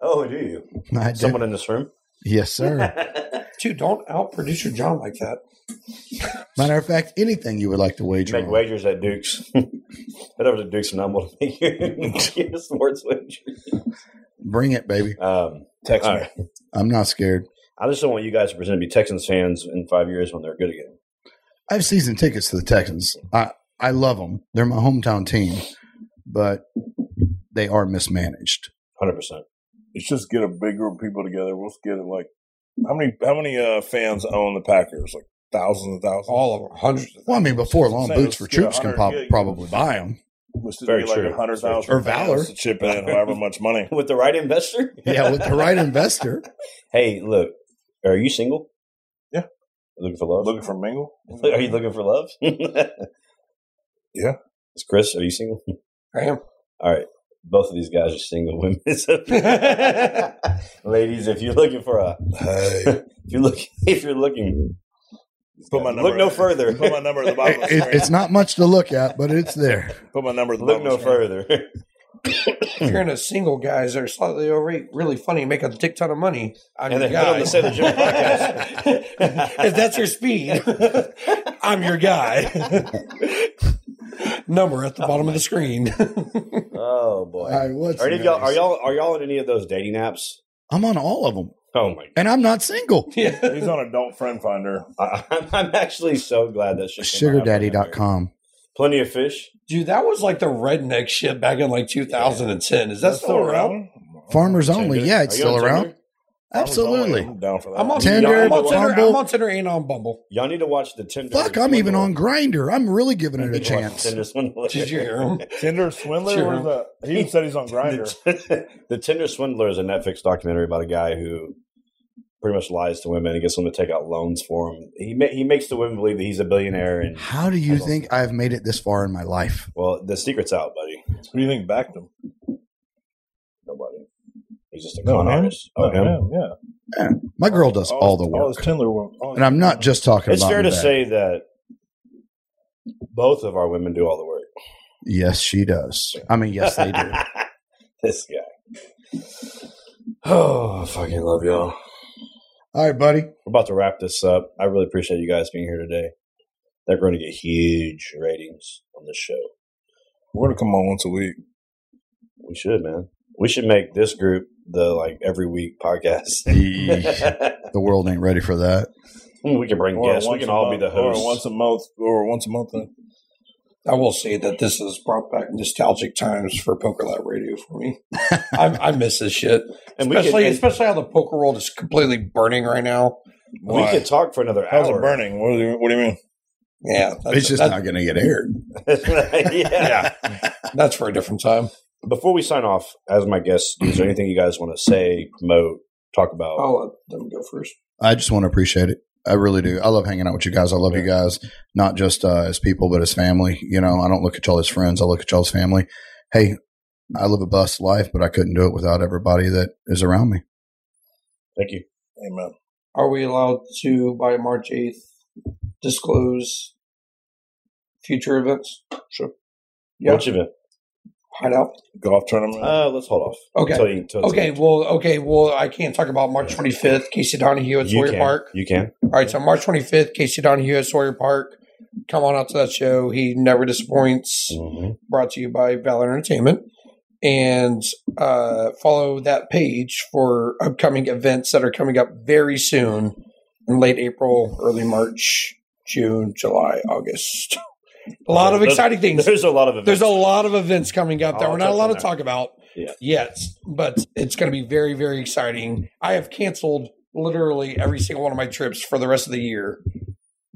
S2: Oh, do you?
S5: I do.
S2: Someone in this room?
S5: yes, sir.
S2: [laughs]
S3: Dude, don't out producer John like that.
S5: Matter of fact, anything you would like to wager.
S2: Make
S5: on.
S2: wagers at Duke's. [laughs] Head over to Duke's and I'm going to make you [laughs] a sports wager.
S5: Bring it, baby.
S2: Um, Text
S4: me.
S5: I'm not scared.
S2: I just don't want you guys to pretend to be Texans fans in five years when they're good again.
S5: I have season tickets to the Texans. I I love them. They're my hometown team, but they are mismanaged.
S2: 100%.
S4: let's just get a big group of people together. Let's get it like how many how many uh, fans own the Packers? Like thousands and thousands.
S3: All of them, hundreds of them.
S5: Well, I mean, before long,
S4: Saying
S5: boots for
S4: let's get
S5: troops can
S4: 100
S5: prob-
S4: gig.
S5: probably buy them.
S4: Which would
S2: Very
S4: be like
S2: true.
S4: a hundred thousand
S5: Or Valor.
S4: fans to chip in however much money.
S2: [laughs] With the right investor?
S5: Yeah, with the right investor.
S2: [laughs] Hey, look, are you single?
S4: Yeah.
S2: Looking for love?
S4: Looking for mingle?
S2: [laughs] are you looking for love? [laughs]
S4: Yeah.
S2: Is Chris, are you single? [laughs]
S3: I am.
S2: All right. Both of these guys are single women. [laughs] So- Ladies, if you're looking for a
S4: Hey.
S2: [laughs] if you're looking if you're looking
S4: Put my
S2: look
S4: number
S2: no
S4: in.
S2: further.
S4: Put my number at
S2: [laughs]
S4: the bottom.
S5: It-
S4: of the
S5: it-
S4: screen.
S5: it's not much to look at, but it's there.
S4: Put my number at the
S2: look
S4: bottom.
S2: no
S4: of the screen.
S2: further. Hmm.
S3: If you're in a single guys that are slightly overweight, really funny, make a dick ton of money on
S2: [laughs] And
S3: your
S2: then put on
S3: guy.
S2: the
S3: [laughs]
S2: Say the Jimmy podcast.
S3: if that's your speed, [laughs] I'm your guy. [laughs] Number at the bottom of the screen.
S2: [laughs]
S3: [laughs]
S2: oh boy.
S5: All right, what's
S2: Are any of y'all are
S5: next?
S2: y'all are y'all on any of those dating apps?
S5: I'm on all of them,
S2: Oh my!
S5: and I'm not single.
S3: Yeah.
S4: He's on Adult Friend Finder.
S2: I, I'm, I'm actually so glad that shit. came out after that.
S5: Sugardaddy.com.
S2: Plenty of fish.
S3: Dude, that was like the redneck shit back in like 2010. Is that still around?
S5: Farmers only.
S2: Tinder.
S5: Yeah,
S2: Are
S5: it's
S2: you on
S5: still around.
S2: Tinder?
S4: Farmers only.
S5: Absolutely.
S4: I'm down for that.
S3: I'm on
S5: Tinder,
S3: Tinder. I'm on Tinder,
S5: Bumble.
S3: I'm on Tinder and on Bumble.
S2: Y'all need to watch the Tinder.
S5: Fuck, I'm even on
S2: Swindler.
S5: Grinder. I'm really giving
S2: You
S5: it a
S2: need to watch
S5: chance.
S2: Tinder
S3: [laughs]
S2: Swindler.
S3: Did you
S2: [laughs]
S3: hear him?
S4: Tinder Swindler.
S3: Sure.
S4: What is that? He even said
S5: [laughs]
S4: he's on Grinder.
S2: The, [laughs] the Tinder Swindler is a Netflix documentary about a guy who pretty much lies to women and gets them to take out loans for him. He ma- he makes the women believe that he's a billionaire, and
S5: How do you
S2: I love
S5: think I've made it this far in my life?
S2: well, the secret's out, buddy.
S4: Who do you think backed him?
S2: Nobody. He's just a
S4: No,
S2: con
S4: him?
S2: artist. Oh, him?
S4: yeah, yeah.
S5: My girl does all the
S4: All
S5: work.
S4: his Tinder work. Oh, All
S5: And I'm not
S4: [sighs]
S5: just talking
S2: It's
S5: about
S2: fair to
S5: that.
S2: say that both of our women do all the work.
S5: Yes, she does. I mean, yes, they
S2: [laughs]
S5: do.
S2: this guy. Oh, I fucking love y'all.
S5: All
S2: [laughs]
S5: right, buddy.
S2: We're about to wrap this up. I really appreciate you guys being here today. They're going to get huge ratings on this show.
S4: We're gonna come on once a week.
S2: We should, man. We should make this group the like every week podcast. [laughs]
S5: The world ain't ready for that.
S2: we can bring guests. We
S4: once
S2: can
S4: a
S2: all
S4: month,
S2: be the
S4: Or once
S2: hosts.
S4: a month. Or once a month. Then.
S3: I will say that this has brought back nostalgic times for Poker Lab Radio for me. I, I miss this shit,
S2: And we
S3: especially
S2: could, and
S3: especially how the poker world is completely burning right now.
S2: we could talk for another
S4: How's
S2: hour. [laughs]
S4: it burning? What do you, what do you mean?
S3: Yeah, that's,
S5: It's just
S3: that-
S5: not going to get aired.
S2: yeah.
S3: that's for a different time.
S2: Before we sign off, as my guests, is there anything you guys want to say, promote, talk about?
S3: I'll let them go first.
S5: I just want to appreciate it. I really do. I love hanging out with you guys. I love you guys, not just uh, as people, but as family. You know, I don't look at y'all as friends. I look at y'all as family. Hey, I live a bust life, but I couldn't do it without everybody that is around me.
S2: Thank you.
S4: Amen.
S3: Are we allowed to by March eighth disclose future events? Sure. Yeah.
S2: Which event?
S3: Hideout.
S4: Golf tournament.
S2: Uh, let's hold off.
S3: Okay.
S2: Until you, until
S3: Okay, well, okay, well, I can't talk about March 25th, Casey Donahue at
S2: you
S3: Sawyer
S2: can.
S3: Park.
S2: You can.
S3: All right, so March 25th, Casey Donahue at Sawyer Park. Come on out to that show. He never disappoints.
S2: Mm-hmm.
S3: Brought to you by Valor Entertainment. And uh, follow that page for upcoming events that are coming up very soon in late April, early March, June, July, August. [laughs] A lot of
S2: There's-
S3: exciting things.
S2: There's a lot of events.
S3: There's a lot of events coming up that
S2: I'll
S3: we're not
S2: touch
S3: allowed
S2: on
S3: to
S2: that.
S3: talk about
S2: Yeah.
S3: yet, but it's going to be very, very exciting. I have canceled literally every single one of my trips for the rest of the year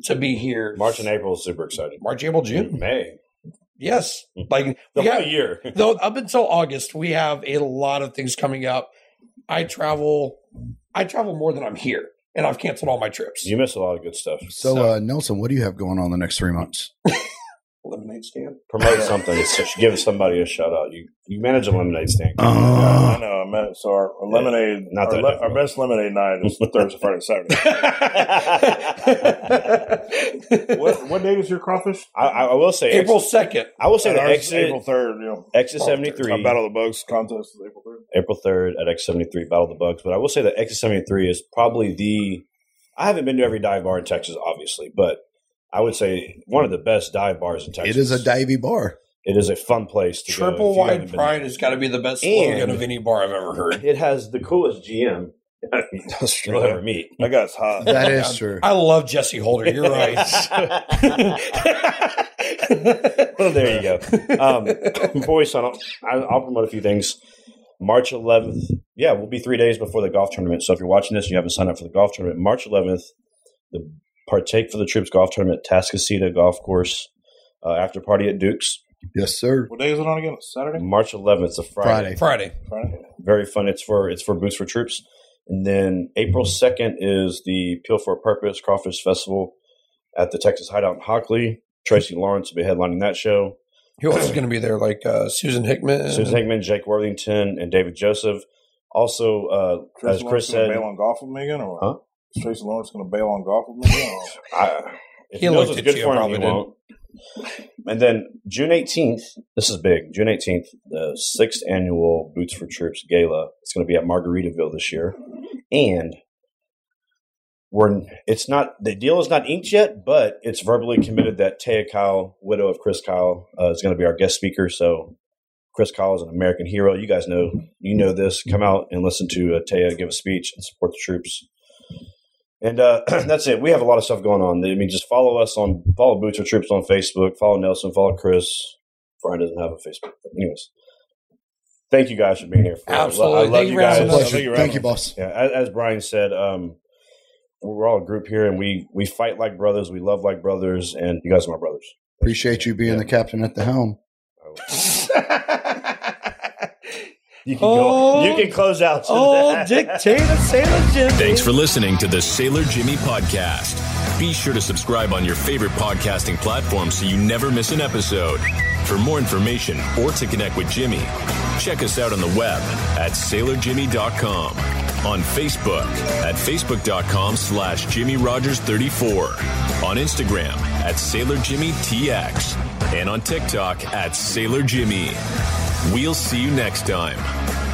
S3: to be here.
S2: March and April is super exciting.
S3: March, April, June.
S2: May.
S3: Yes. Like,
S2: Mm-hmm. The
S3: we
S2: whole
S3: got,
S2: year. [laughs]
S3: though, up until August, we have a lot of things coming up. I travel, I travel more than I'm here, and I've canceled all my trips.
S2: You miss a lot of good stuff.
S5: So, uh, Nelson, what do you have going on the next three months?
S2: [laughs]
S3: Lemonade stand.
S2: Promote something. So give somebody a shout out. You you manage a lemonade stand.
S5: [laughs]
S4: Yeah, I
S5: Uh,
S4: know. I meant so. Our our lemonade,
S2: Yeah, not
S4: our,
S2: that
S4: le-
S2: different.
S4: our best lemonade night
S2: [laughs]
S4: is Thursday, Friday, Saturday.
S2: What-
S4: what day is your crawfish?
S2: I, I I will say April.
S3: April 2nd.
S2: I will say the
S4: Ours is
S2: exit
S4: April Oh, third. You know,
S2: exit seventy
S4: Our
S2: three.
S4: Battle of the Bugs contest is April third.
S2: April 3rd at X73 Battle of the Bugs. But I will say that X73 is probably the. I haven't been to every dive bar in Texas, obviously, but I would say one of the best dive bars in Texas.
S5: it is a divey bar.
S2: It is a fun place to go if
S3: Triple
S2: you haven't
S3: wide
S2: been
S3: pride
S2: there.
S3: has got to be the best
S2: And-
S3: slogan of any bar I've ever heard.
S2: It has the coolest GM [laughs]
S4: That's
S2: you'll ever meet. [laughs]
S4: That guy's
S5: [laughs]
S4: hot.
S5: That [laughs] is true.
S3: I love Jesse Holder. You're right.
S2: well, there you go. Um, before we sign off, I- I'll promote a few things. March 11th. Yeah, we'll be three days before the golf tournament. So if you're watching this and you haven't signed up for the golf tournament, March 11th, the Partake for the Troops golf tournament, Tascasita Golf Course, uh, after party at Duke's.
S5: Yes, sir.
S4: What day is it on again? Saturday.
S2: March 11th, is a Friday.
S3: Friday.
S5: Friday.
S2: Mm.
S4: Friday.
S2: Very fun. It's for it's for Boots for Troops. And then April 2nd is the Peel for a Purpose Crawfish Festival at the Texas Hideout in Hockley. Tracy Lawrence will be headlining that show.
S3: Who else is going to be there? Like uh, Susan Hickman.
S2: Susan Hickman, Jake Worthington, and David Joseph. Also, uh, as Chris
S4: Lawrence gonna
S2: said,
S4: bail on golf with me again, or what?
S2: Huh?
S4: Is Tracy Lawrence going to bail on golf with me again? or what?
S2: I, if he,
S3: He
S2: knows
S3: looked
S2: it's
S3: at
S2: good
S3: you,
S2: for him,
S3: probably
S2: he
S3: didn't.
S2: won't. And then June 18th, this is big. June 18th, the sixth annual Boots for Troops Gala. It's going to be at Margaritaville this year, and we're it's not the deal is not inked yet, but it's verbally committed that Taya Kyle, widow of Chris Kyle, uh, is going to be our guest speaker. So Chris Collins, an American hero. You guys know, you know this. Come out and listen to uh, Taya give a speech and support the troops. And uh, [clears throat] that's it. We have a lot of stuff going on. I mean, just follow us on follow Boots or Troops on Facebook. Follow Nelson. Follow Chris. Brian doesn't have a Facebook. But anyways, thank you guys for being here. For
S3: Absolutely.
S2: I love
S3: Thank
S2: you
S3: you for having
S2: guys.
S3: us.
S5: Pleasure.
S4: Thank you,
S5: Thank you,
S4: Ryan.
S5: boss.
S2: Yeah, as, as Brian said, um, we're all a group here, and we we fight like brothers. We love like brothers, and you guys are my brothers.
S5: Appreciate you being the captain at the helm.
S2: You can
S3: Oh.
S2: go. You can close out. to
S3: Oh,
S2: that. [laughs]
S3: dictator Sailor Jimmy.
S1: Thanks for listening to the Sailor Jimmy podcast. Be sure to subscribe on your favorite podcasting platform so you never miss an episode. For more information or to connect with Jimmy, check us out on the web at sailorjimmy.com, on Facebook at facebook.com slash Jimmy Rogers 34, on Instagram at sailorjimmytx, and on TikTok at sailorjimmy. We'll see you next time.